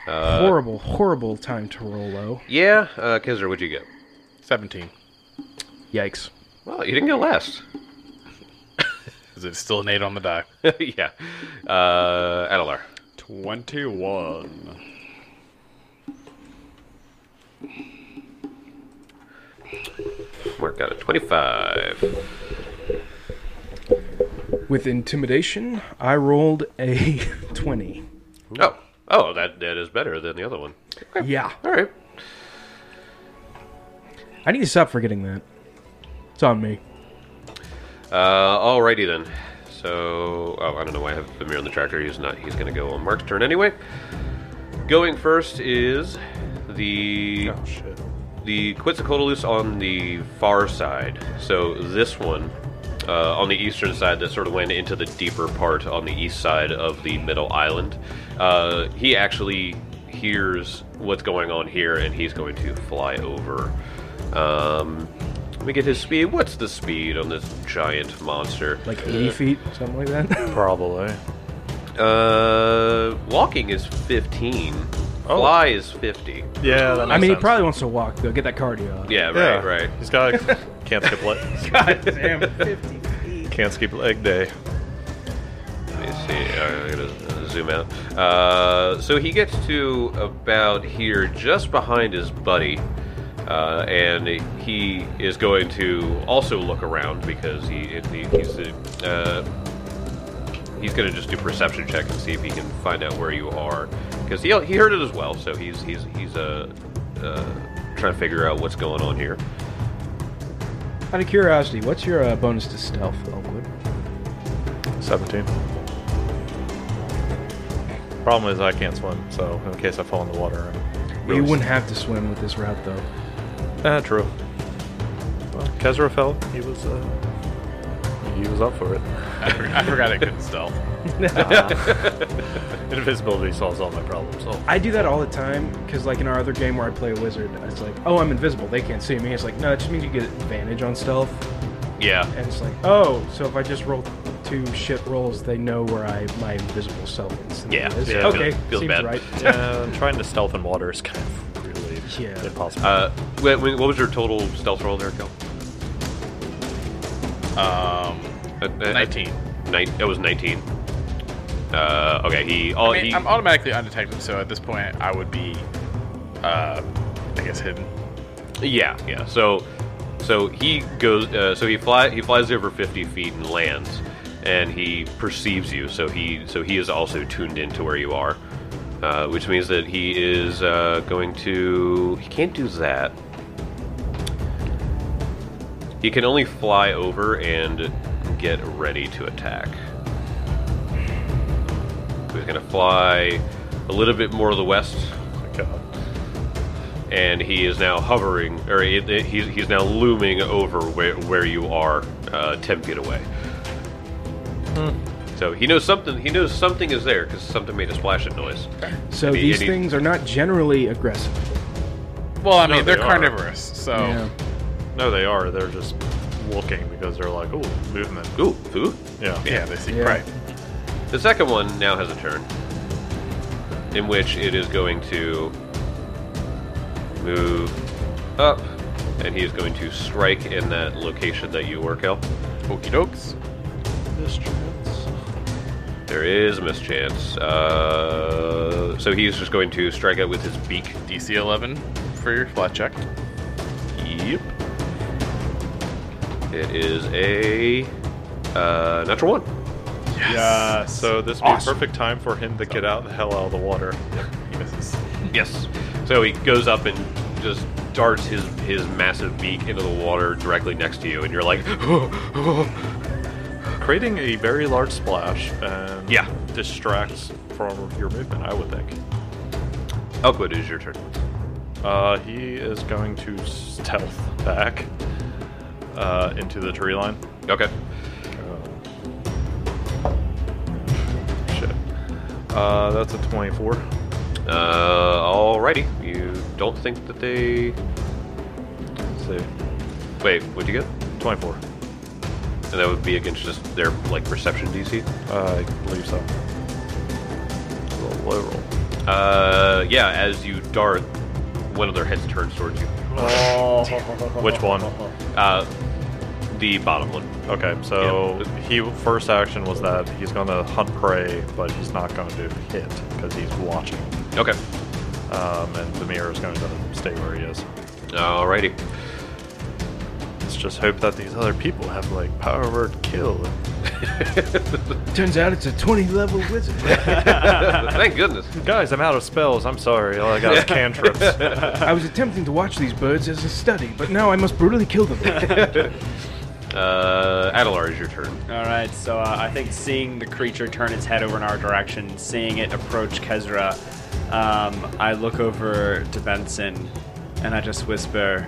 horrible, horrible time to roll low.
Yeah. Uh, Kizer, what'd you get?
Seventeen.
Yikes.
Well, you didn't get last.
Is it still an eight on the die?
yeah. Uh, Adelar.
21.
Mark got a 25.
With intimidation, I rolled a twenty.
Oh. Oh, that, that is better than the other one.
Yeah,
All right.
I need to stop forgetting that. It's on me.
Uh, alrighty then. So, oh, I don't know why I have Amir on the tracker. He's not. He's going to go on Mark's turn anyway. Going first is the
Oh shit.
the Quetzalcoatlus on the far side. So this one uh, on the eastern side that sort of went into the deeper part on the east side of the middle island. Uh, he actually hears what's going on here, and he's going to fly over. Um, let me get his speed. What's the speed on this giant monster?
Like eighty feet, something like that.
Probably.
Uh, walking is 15.
Oh.
Fly is 50.
Yeah. That
I mean,
makes
he
sense.
probably wants to walk though. Get that cardio. Up.
Yeah, right,
Yeah.
right.
He's got. Can't skip leg. Can't skip leg day.
Let me see. I gotta uh, zoom out. Uh, so he gets to about here, just behind his buddy, uh, and he is going to also look around because he, he he's uh, he's going to just do perception check and see if he can find out where you are because he he heard it as well. So he's he's he's uh, uh, trying to figure out what's going on here.
Out of curiosity, what's your uh, bonus to stealth, Elwood?
Seventeen. Problem is I can't swim, so in case I fall in the water, I'm really
you wouldn't have to swim with this route though.
Ah, true. Well, Kezra fell. He was, uh, he was up for it.
I, for- I forgot I couldn't stealth.
Ah.
Invisibility solves all my problems. So.
I do that all the time because, like in our other game where I play a wizard, it's like, oh, I'm invisible. They can't see me. It's like, no, it just means you get advantage on stealth.
Yeah.
And it's like, oh, so if I just roll two shit rolls, they know where I my invisible self is.
Yeah,
Is.
yeah,
okay.
feels- feels
seems
bad.
right.
Yeah, trying to stealth in water is kind of really
Yeah.
impossible.
Uh, wh- wh- what was your total stealth roll there, Kel?
Um,
Uh, uh,
nineteen.
Nine, that was 19. Uh, okay, he. All,
I mean,
he
I'm automatically undetected, so at this point, I would be, uh, I guess hidden.
yeah, yeah. So, so he goes. Uh, so he fly. He flies over 50 feet and lands. and he perceives you. So he so he is also tuned in to where you are, uh, which means that he is uh, going to. He can't do that. He can only fly over and get ready to attack. So he's going to fly a little bit more to the west and he is now hovering, or he, he's, he's now looming over where, where you are, uh, ten feet away. So he knows something. He knows something is there because something made a splashing noise.
So
And he-
these
and he-
things are not generally aggressive.
Well, I mean,
No,
they're
they are.
carnivorous, so
Oh.
Yeah.
No, they are. They're just looking because they're like, oh, movement.
Ooh, food.
Yeah.
yeah, they seek
Yeah.
prey.
The second one now has a turn, in which it is going to move up, and he is going to strike in that location that you were, Kel.
Okie dokes.
There is a mischance. Uh, so he's just going to strike out with his beak.
DC 11 for your flat check.
Yep. It is a uh, natural one.
Yeah. So this would be a
Awesome.
perfect time for him to get out the hell out of the water.
He misses.
Yes. So he goes up and just darts his his massive beak into the water directly next to you, and you're like,
Creating a very large splash and
Yeah.
distracts from your movement, I would think.
Elkwood, "Oh, it is your turn.
Uh, he is going to stealth back uh, into the tree line.
Okay.
Shit. Uh, that's a 24.
Uh, alrighty. You don't think that they?
Let's see.
Wait, what'd you get?
24.
And that would be against just their like perception DC.
Uh, I believe so. Roll, low roll.
Uh, yeah. As you dart, one of their heads turns towards you.
Which one?
Uh, the bottom one.
Okay, so he first action was that he's going to hunt prey, but he's not going to hit because he's watching.
Okay.
Um, and Demir is going to stay where he is.
Alrighty.
Let's just hope that these other people have like power word kill.
Turns out it's a 20 level wizard.
Thank goodness.
Guys, I'm out of spells. I'm sorry. All I got is cantrips.
I was attempting to watch these birds as a study, but now I must brutally kill them.
Uh, Adelar is your turn.
All right, so uh, I think seeing the creature turn its head over in our direction, seeing it approach Kezra, um, I look over to Benson and I just whisper,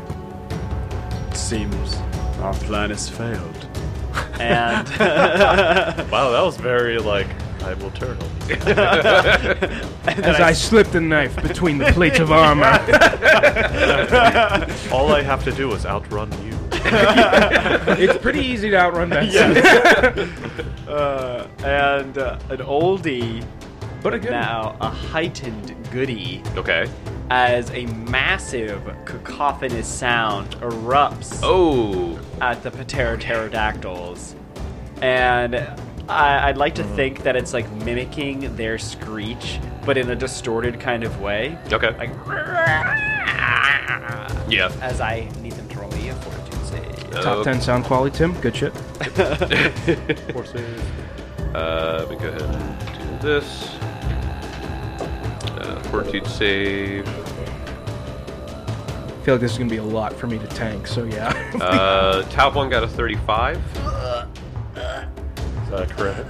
"It "Seems our plan has failed." and
wow, that was very like I will turn. him.
as I slipped a knife between the plates of armor.
All I have to do is outrun you.
it's pretty easy to outrun that.
uh, and uh, an oldie,
But again,
now a heightened goodie,
Okay.
as a massive cacophonous sound erupts.
Oh.
at the Patera pterodactyls, and I, I'd like to
Mm-hmm.
think that it's like mimicking their screech, but in a distorted kind of way.
Okay.
Like
yeah.
as I need them to roll me a fortitude save.
Uh,
top 10 sound quality, Tim. Good shit.
Uh, let me go ahead and do this. Uh, fortitude save.
I feel like this is going to be a lot for me to tank, so yeah.
Uh, top one got a 35.
Is that correct?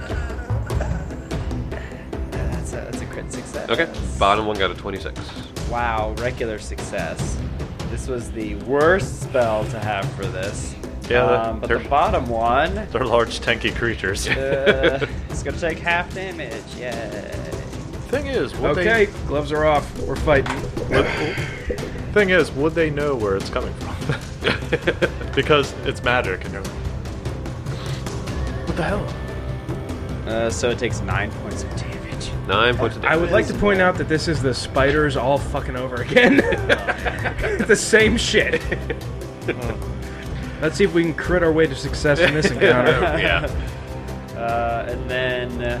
That's a, that's a crit success.
Okay. Bottom one got a 26.
Wow, regular success. This was the worst spell to have for this.
Yeah, that-
um, but the
they're-
bottom one uh,
They're large, tanky creatures.
it's gonna take half damage. Yeah.
thing is, would
okay, gloves are off. We're fighting.
They, would, thing is, would they know where it's coming from? because it's magic, and they're like, what the hell?
Uh, so it takes nine points of damage.
Nine points of
I
damage.
would like to point out that this is the spiders all fucking over again. the same shit. Let's see if we can crit our way to success in this encounter.
yeah.
Uh, and then uh,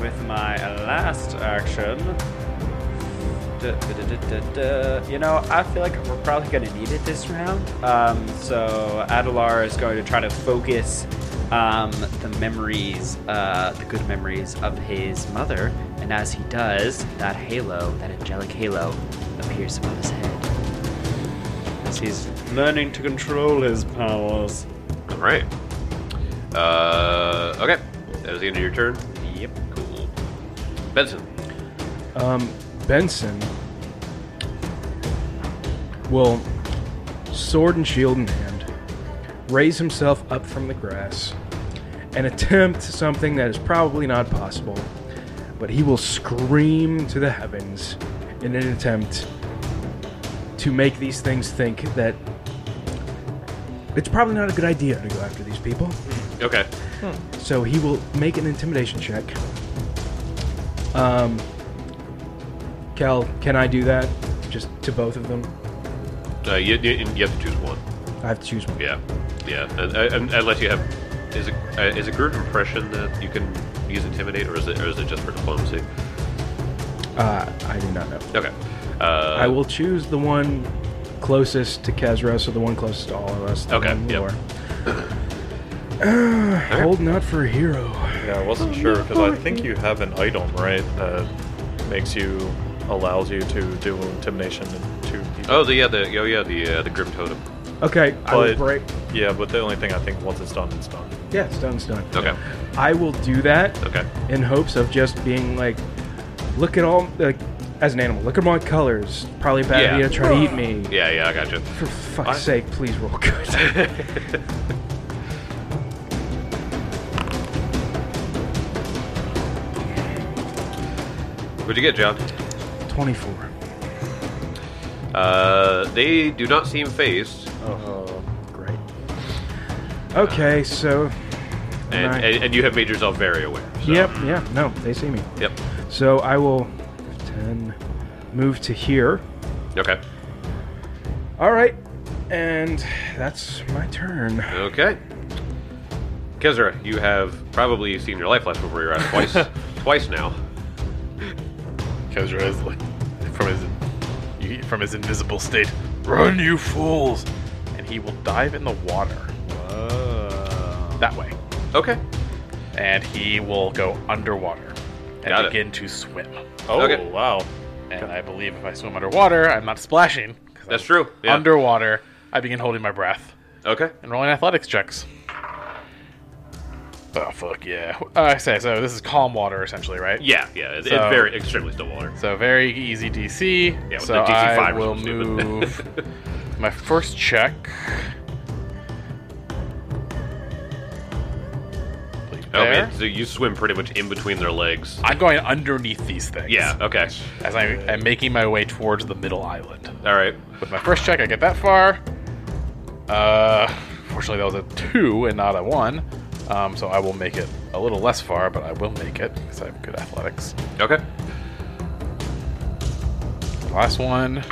with my last action, duh, duh, duh, duh, duh, duh, you know, I feel like we're probably going to need it this round. Um, so Adelar is going to try to focus um, the memories, uh, the good memories of his mother, and as he does, that halo, that angelic halo, appears above his head. As he's learning to control his powers.
All right. Uh, okay. That is the end of your turn. Yep. Cool. Benson.
Um, Benson will, sword and shield in hand, raise himself up from the grass and attempt something that is probably not possible, but he will scream to the heavens in an attempt to make these things think that it's probably not a good idea to go after these people.
Okay.
So he will make an intimidation check. Um, Cal, can I do that? Just to both of them?
Uh, you, you, you have to choose one.
I have to choose one.
Yeah. Yeah. And, uh, and, unless you have, is it uh, is it group impression that you can use intimidate, or is it or is it just for diplomacy?
Uh, I do not know.
Okay. Uh,
I will choose the one closest to Kezra, so the one closest to all of us. the
Okay,
one
yep.
lower. Hold not for a hero.
Yeah, I wasn't sure because I think you have an item, right, that makes you allows you to do intimidation to people.
Oh, the yeah, the oh yeah, the uh, the grim totem.
Okay, I will
But-
break.
yeah, but the only thing I think once it's done, it's done.
Yeah, it's done, it's done.
Okay.
I will do that
Okay.
in hopes of just being like, look at all, like, as an animal, look at my colors. Probably a bad
Yeah.
idea to try to eat me.
Yeah. Yeah. I got you.
For fuck's sake, please roll good.
What'd you get, John?
24.
Uh, they do not seem phased,
Great. Okay, so.
and,
Right.
and, and you have made yourself very aware. so-
Yep, yeah, no, they see me.
Yep.
So I will 10 move to here.
Okay.
All right. And that's my turn.
Okay. Kezra, you have probably seen your life lesson where you're at twice, twice now.
Kezra is like from his from his invisible state. Run, you fools! And he will dive in the water that way,
Okay.
and he will go underwater and
Got it.
begin to swim.
Oh
Okay.
wow!
And I believe if I swim underwater, I'm not splashing. 'cause
That's
I'm
true, yeah.
Underwater, I begin holding my breath
Okay.
and rolling athletics checks. Oh fuck yeah! I say so. This is calm water essentially, right?
Yeah. Yeah. It's, it's
So-
very extremely still water.
So very easy DC.
Yeah, with
so
the DC
I
five or
will
something
move my first check.
Oh
There.
man. So you swim pretty much in between their legs.
I'm going underneath these things.
Yeah. Okay.
As I, I'm making my way towards the middle island.
All right.
With my first check, I get that far. Uh, fortunately, that was a two and not a one. Um, so I will make it a little less far, but I will make it because I have good athletics.
Okay.
Last one.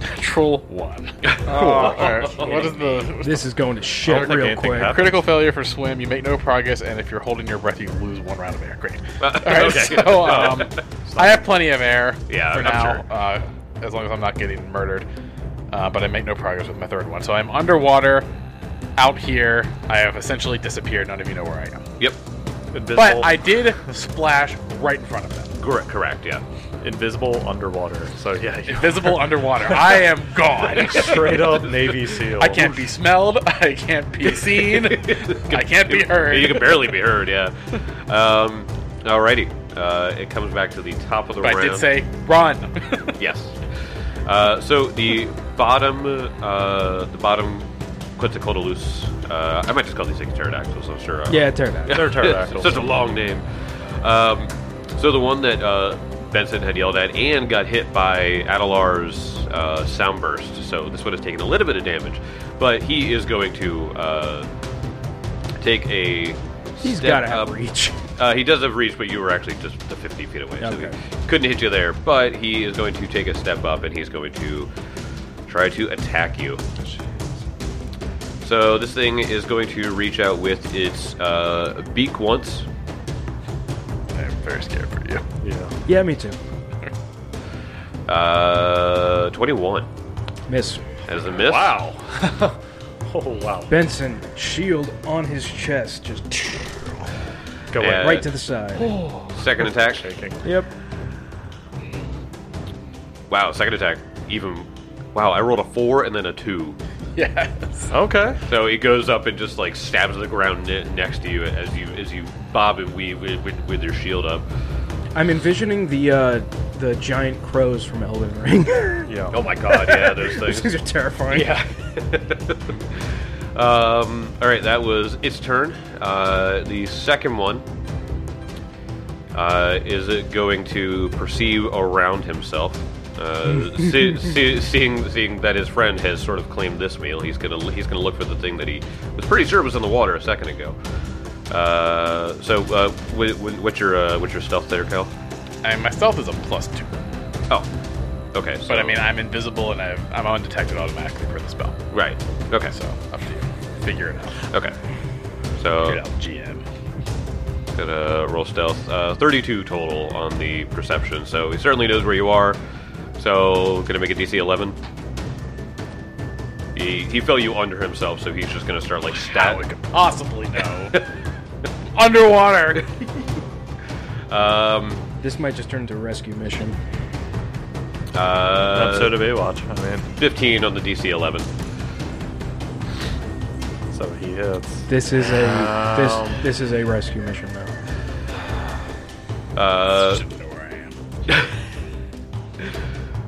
Natural one. Alright, Oh, what is the
This is going to
I don't
shit
think
real
anything
quick.
happened.
Critical failure for swim. You make no progress, and if you're holding your breath, you lose one round of air. Great. All right.
okay.
So um, I have plenty of air.
Yeah,
For
I'm
now,
sure.
uh, as long as I'm not getting murdered. Uh, but I make no progress with my third one, so I'm underwater. Out here, I have essentially disappeared. None of you know where I am.
Yep.
Invisible,
But I did splash right in front of them.
Correct. Correct. Yeah.
invisible underwater. So yeah, you-
Invisible underwater. I am gone.
straight up Navy SEAL.
I can't be smelled. I can't be seen. I can't be heard.
You can barely be heard. Yeah. Um. Alrighty. Uh, it comes back to the top of the
But
round.
I did say run.
Yes. Uh, so the bottom, uh, the bottom Quetzalcoatlus. Uh, I might just call these things pterodactyls. I'm sure. uh,
Yeah, turn that.
They're pterodactyls.
Such a long name. Um, so the one that uh, Benson had yelled at and got hit by Adelar's uh, sound burst. So this would have taken a little bit of damage, but he is going to uh, take a.
He's
step
got to have
up.
reach.
Uh, he does have reach, but you were actually just the 50 feet away, so
Okay.
he couldn't hit you there. But he is going to take a step up, and he's going to try to attack you. So this thing is going to reach out with its uh, beak once.
I'm very scared for you.
Yeah.
Yeah, me too.
Uh, 21 Uh,
Miss.
as a miss.
Wow. Oh wow.
Benson, shield on his chest, just
Go away.
Yeah.
right to the side.
Second attack.
Shaking.
Yep.
Wow, second attack. Even. Wow, I rolled a four and then a two.
Yes.
Okay.
So it goes up and just like stabs the ground ne- next to you as you as you bob and weave with, with, with your shield up.
I'm envisioning the uh, the giant crows from Elden Ring.
Yeah.
Oh my god, yeah, those
Those
things.
things are terrifying.
Yeah. um, all right, that was its turn. Uh, the second one uh, is it going to perceive around himself. Uh, see, see, seeing seeing that his friend has sort of claimed this meal, he's gonna he's gonna look for the thing that he was pretty sure was in the water a second ago. Uh, so, uh, wh- wh- what's your uh, what's your stealth there, Cal?
I mean, my stealth is a plus two,
Oh, okay. So,
but I mean, I'm invisible and I've, I'm undetected automatically for the spell.
right. Okay.
So up to you. Figure it out.
Okay. So
Figure it out, GM.
Gonna roll stealth. Uh, 32 total on the perception, so he certainly knows where you are. So, gonna make a DC 11. He, he fell you under himself, so he's just gonna start like
How we
stat.
could possibly know? Underwater.
Um,
This might just turn into a rescue mission.
An
uh,
episode of Baywatch. I mean,
15 on the DC 11.
so he hits.
This is a
Um.
this this is a rescue mission though.
Uh,
Should know where I am.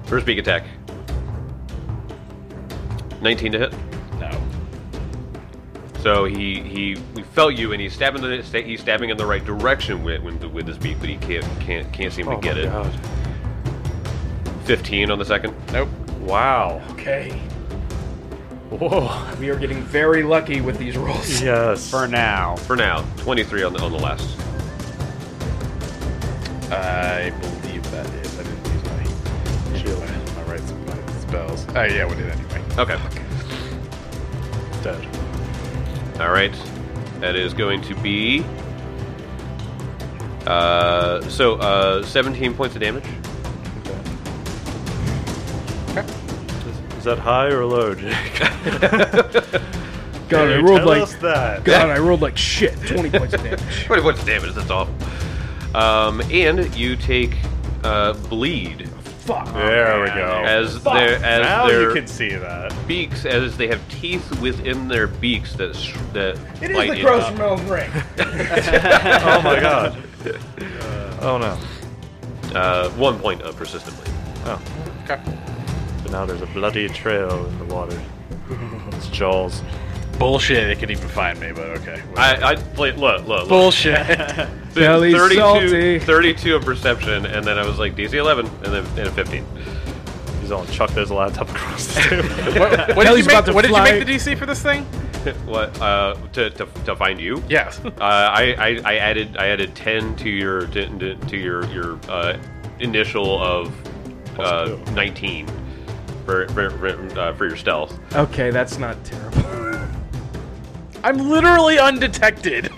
first beak attack. 19 to hit.
No.
So he he we felt you, and he's stabbing the he's stabbing in the right direction with with, with his beak, but he can't can't can't seem to
Oh
get
my
it.
God.
15 on the second.
Nope.
Wow.
Okay.
Whoa.
We are getting very lucky with these rolls.
Yes.
For now.
For now, 23 on the, on the last.
I believe that is. I didn't use my shield. My right my spells. Oh yeah, we did anyway.
Okay.
Dead.
All right. That is going to be. Uh, so uh, 17 points of damage.
Is that high or low, Jake?
God, I
Hey,
rolled
tell
like
us that.
God, I rolled like shit. Twenty points of damage.
20 points of damage. That's awful. Um, and you take uh, bleed
Fuck.
There we
man.
go.
as their as
Oh, now
their
you can see that.
beaks as they have teeth within their beaks that sh- that
It is
bite
the
you.
crows from Elden Ring.
Oh my god. Oh no.
Uh, one point of persistent bleed.
Oh.
Okay.
But now there's a bloody trail in the water. It's Jaws.
Bullshit. It could even find me, but okay.
I I play, look look look.
Bullshit.
Belly
32,
salty.
32 of perception, and then I was like DC 11, and then and a 15.
He's all chuck his laptop across the table.
what, what did you
Kelly's
make?
about to
What did you
fly.
make the DC for this thing?
what uh, to, to, to find you?
Yes.
Uh, I, I, I added I added 10 to your to, to your your uh, initial of uh, 19 for for, for, uh, for your stealth.
Okay, that's not terrible.
I'm literally undetected.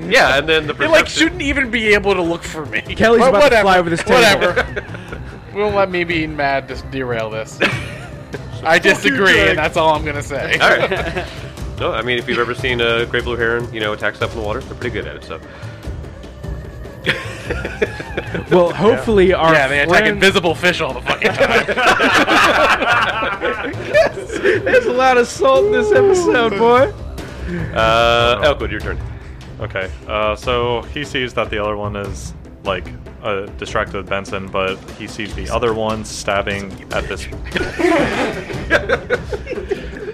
yeah, and then the
They like
perception-
shouldn't even be able to look for me.
Kelly's
But
about to fly over this table.
Whatever. Won't let me being mad just derail this. I disagree, and that's all I'm gonna say.
All right. No, I mean if you've ever seen a great blue heron, you know, attack stuff in the water, they're pretty good at it. So
Well, hopefully our
Yeah, they attack
friend-
invisible fish all the fucking time.
There's a lot of salt in this episode, boy.
uh, Elkwood, your turn.
okay, uh, so he sees that the other one is like uh, distracted with Benson, but he sees the other one stabbing at this.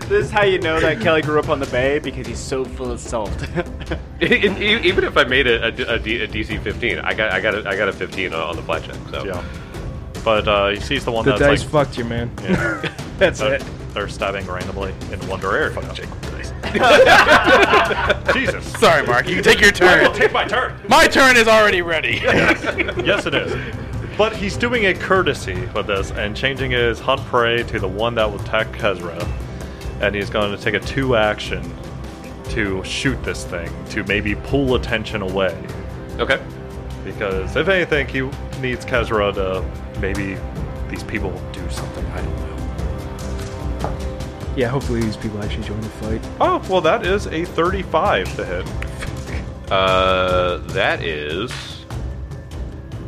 This is how you know that Kelly grew up on the bay because he's so full of salt.
And e- Even if I made a, a D- a D- a DC 15, I got I got a, I got a 15 on, on the flat check. So
Yeah, but uh, he sees the one
The dice
that's like
fucked you, man.
yeah,
That's
that
it.
they're stabbing randomly in one direction. Jesus,
Sorry, Mark. You can take your turn.
take my turn.
My turn is already ready.
yes, it is. But he's doing a courtesy with this and changing his hunt prey to the one that will attack Kezra. And he's going to take a two action to shoot this thing to maybe pull attention away.
okay,
Because if anything, he needs Kezra to maybe these people do something. I don't know.
Yeah, hopefully these people actually join the fight.
Oh, well, that is a 35 to hit.
Uh, that is.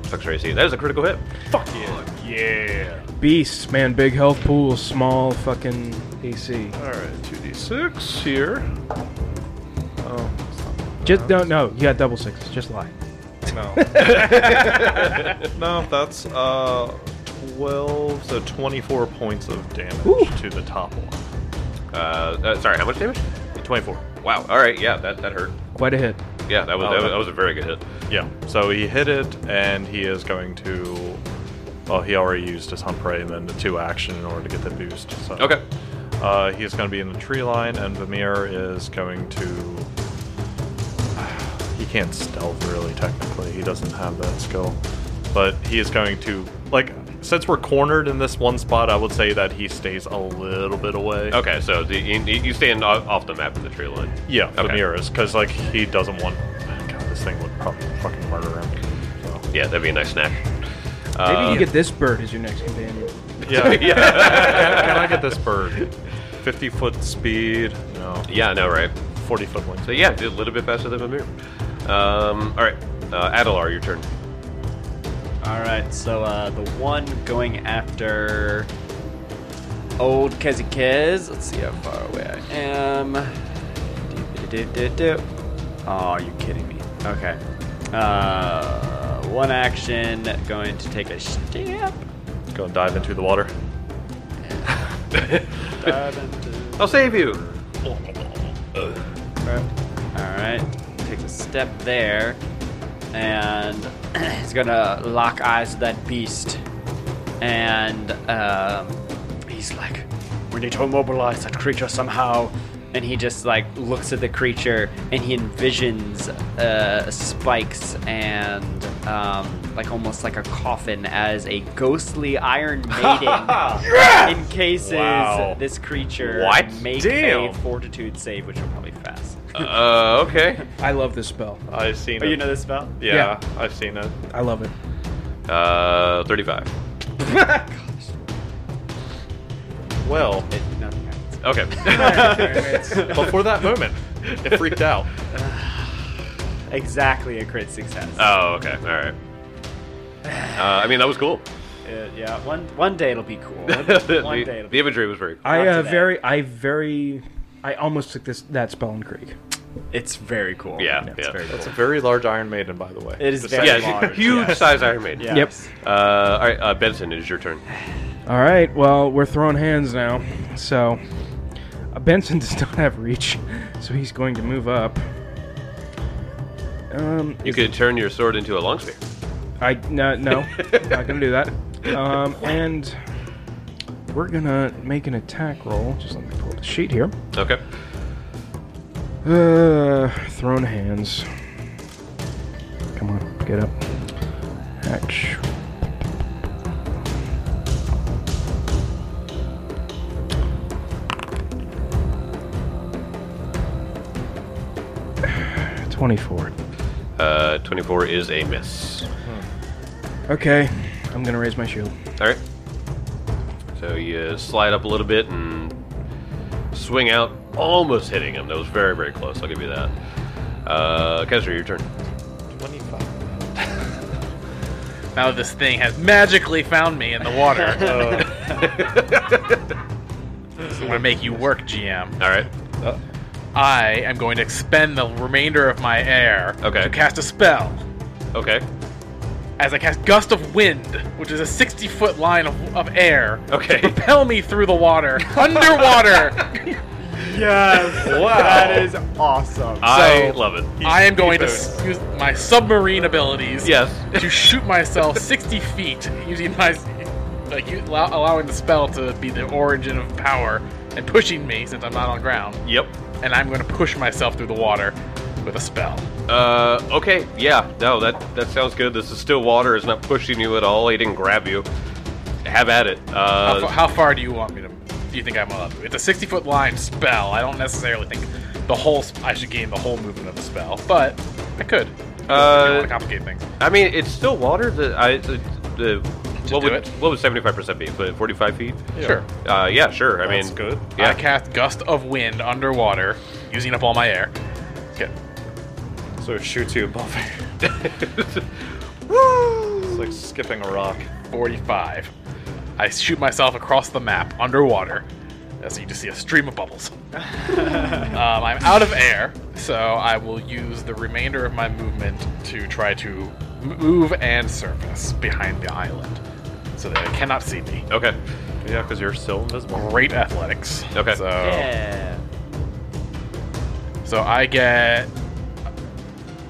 Fuck's your AC. That is a critical hit.
Fuck yeah. Yeah.
Beasts, man, big health pool, small fucking AC.
All right, 2d6 here. Oh,
Just no, no, you got double sixes. Just lie.
no. no, that's uh 12, so 24 points of damage
Ooh.
to the top one.
Uh, uh, sorry, how much damage?
24.
Wow. All right. Yeah, that, that hurt.
Quite a hit.
Yeah, that was,
Oh,
that was
that-
that was a very good hit.
Yeah, so he hit it, and he is going to. Well, he already used his hunt prey and then the two action in order to get the boost. So.
Okay.
Uh, he is going to be in the tree line, and Vamir is going to. He can't stealth really, technically. He doesn't have that skill. But he is going to. Like, since we're cornered in this one spot, I would say that he stays a little bit away.
Okay. So the, you, you stand o- off the map in the tree line.
Yeah,
Okay.
Vamir is, because, like, he doesn't want. God, this thing would probably fucking murder him. So.
Yeah, that'd be a nice snack.
Maybe
Uh,
you get this bird as your next companion.
Yeah.
Yeah.
Can I get this bird? 50 foot speed. No.
yeah. I know, right?
40 foot wingspan.
So yeah, did a little bit faster than Amir. Um, all right, uh, Adelar, your turn.
All right, so uh, the one going after old Kezikez. Let's see how far away I am. Do, do, do, do, do. Oh, you kidding me? Okay. Uh, one action. Going to take a step.
Go dive into the water.
Dive into.
I'll save you.
All right, takes a step there, and he's gonna lock eyes with that beast, and um, he's like, "We need to immobilize that creature somehow." And he just like looks at the creature, and he envisions uh, spikes and um, like almost like a coffin as a ghostly Iron Maiden encases
Wow.
this creature.
What?
Make
Damn.
a fortitude save, which will probably pass.
Uh, okay.
I love this spell.
I've seen
Oh,
it.
you know this spell?
yeah, I've seen it.
I love it.
Uh, thirty-five.
Well,
It, nothing happens.
Okay.
before that moment, it freaked out.
Exactly a crit success.
oh, okay. All right. Uh, I mean, that was cool.
Uh, yeah, one one day it'll be cool. One,
the,
one day it'll
the
be
imagery was very. cool.
I
Not
uh,
today.
very, I very, I almost took this that spell in Creek.
It's very cool.
Yeah,
That's
yeah.
very
It's a very large Iron Maiden, by the way.
It is
Just
very
saying.
yeah,
large.
it's a huge size Iron Maiden.
Yeah.
Yep.
Uh, all right, uh, Benson, it is your turn.
All right. Well, we're throwing hands now, so uh, Benson does not have reach, so he's going to move up. Um,
You could turn your sword into a long spear.
I no no, I'm not gonna do that. Um, and we're gonna make an attack roll. Just let me pull up the sheet here.
Okay.
Uh, thrown hands. Come on, get up. Action. Twenty-four.
Uh, twenty-four is a miss.
Okay, I'm gonna raise my shield.
All right. So you slide up a little bit and swing out, almost hitting him. That was very, very close. I'll give you that. Uh, Kesra, your turn.
25.
Now this thing has magically found me in the water. So I'm gonna make you work, GM.
All right.
Uh,
I am going to expend the remainder of my air
Okay.
to cast a spell.
Okay.
As I cast Gust of Wind, which is a 60 foot line of, of air,
Okay.
to propel me through the water, underwater.
Yes.
Wow.
That is awesome.
I
So-
love it.
I am going to s- use my submarine abilities
Yes.
to shoot myself 60 feet using my. Like, u- allow, allowing the spell to be the origin of power and pushing me since I'm not on ground.
Yep.
And I'm going to push myself through the water with a spell.
Uh, okay. Yeah. No, that that sounds good. This is still water. It's not pushing you at all. He didn't grab you. Have at it.
How, fa-
Uh,
how far do you want me to? Do you think I'm up? It's a 60 foot line spell. I don't necessarily think the whole. sp- I should gain the whole movement of the spell, but I could. I don't
Uh,
want to complicate things.
I mean, it's still water. The I the, the what
do
would
it?
what would seventy five percent be? But forty five feet?
Sure.
Uh, yeah, sure. I
That's
mean,
good.
Yeah,
I cast Gust of Wind underwater, using up all my air. Okay.
So it shoots you above air. It's like skipping a rock.
45. I shoot myself across the map underwater. Uh, So you just see a stream of bubbles. um, I'm out of air, so I will use the remainder of my movement to try to m- move and surface behind the island so that it cannot see me.
okay.
Yeah, because you're still invisible.
Great athletics.
Okay.
So,
Yeah.
so I get.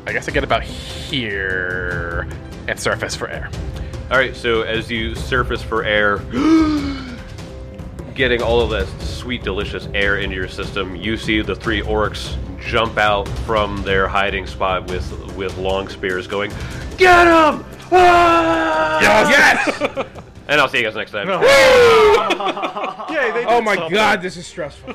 I guess I get about here and surface for air.
All right. So as you surface for air, getting all of that sweet, delicious air into your system, you see the three orcs jump out from their hiding spot with with long spears, going, "Get him!"
Yes!
And I'll see you guys next time.
yeah, they
Oh my god, this is stressful.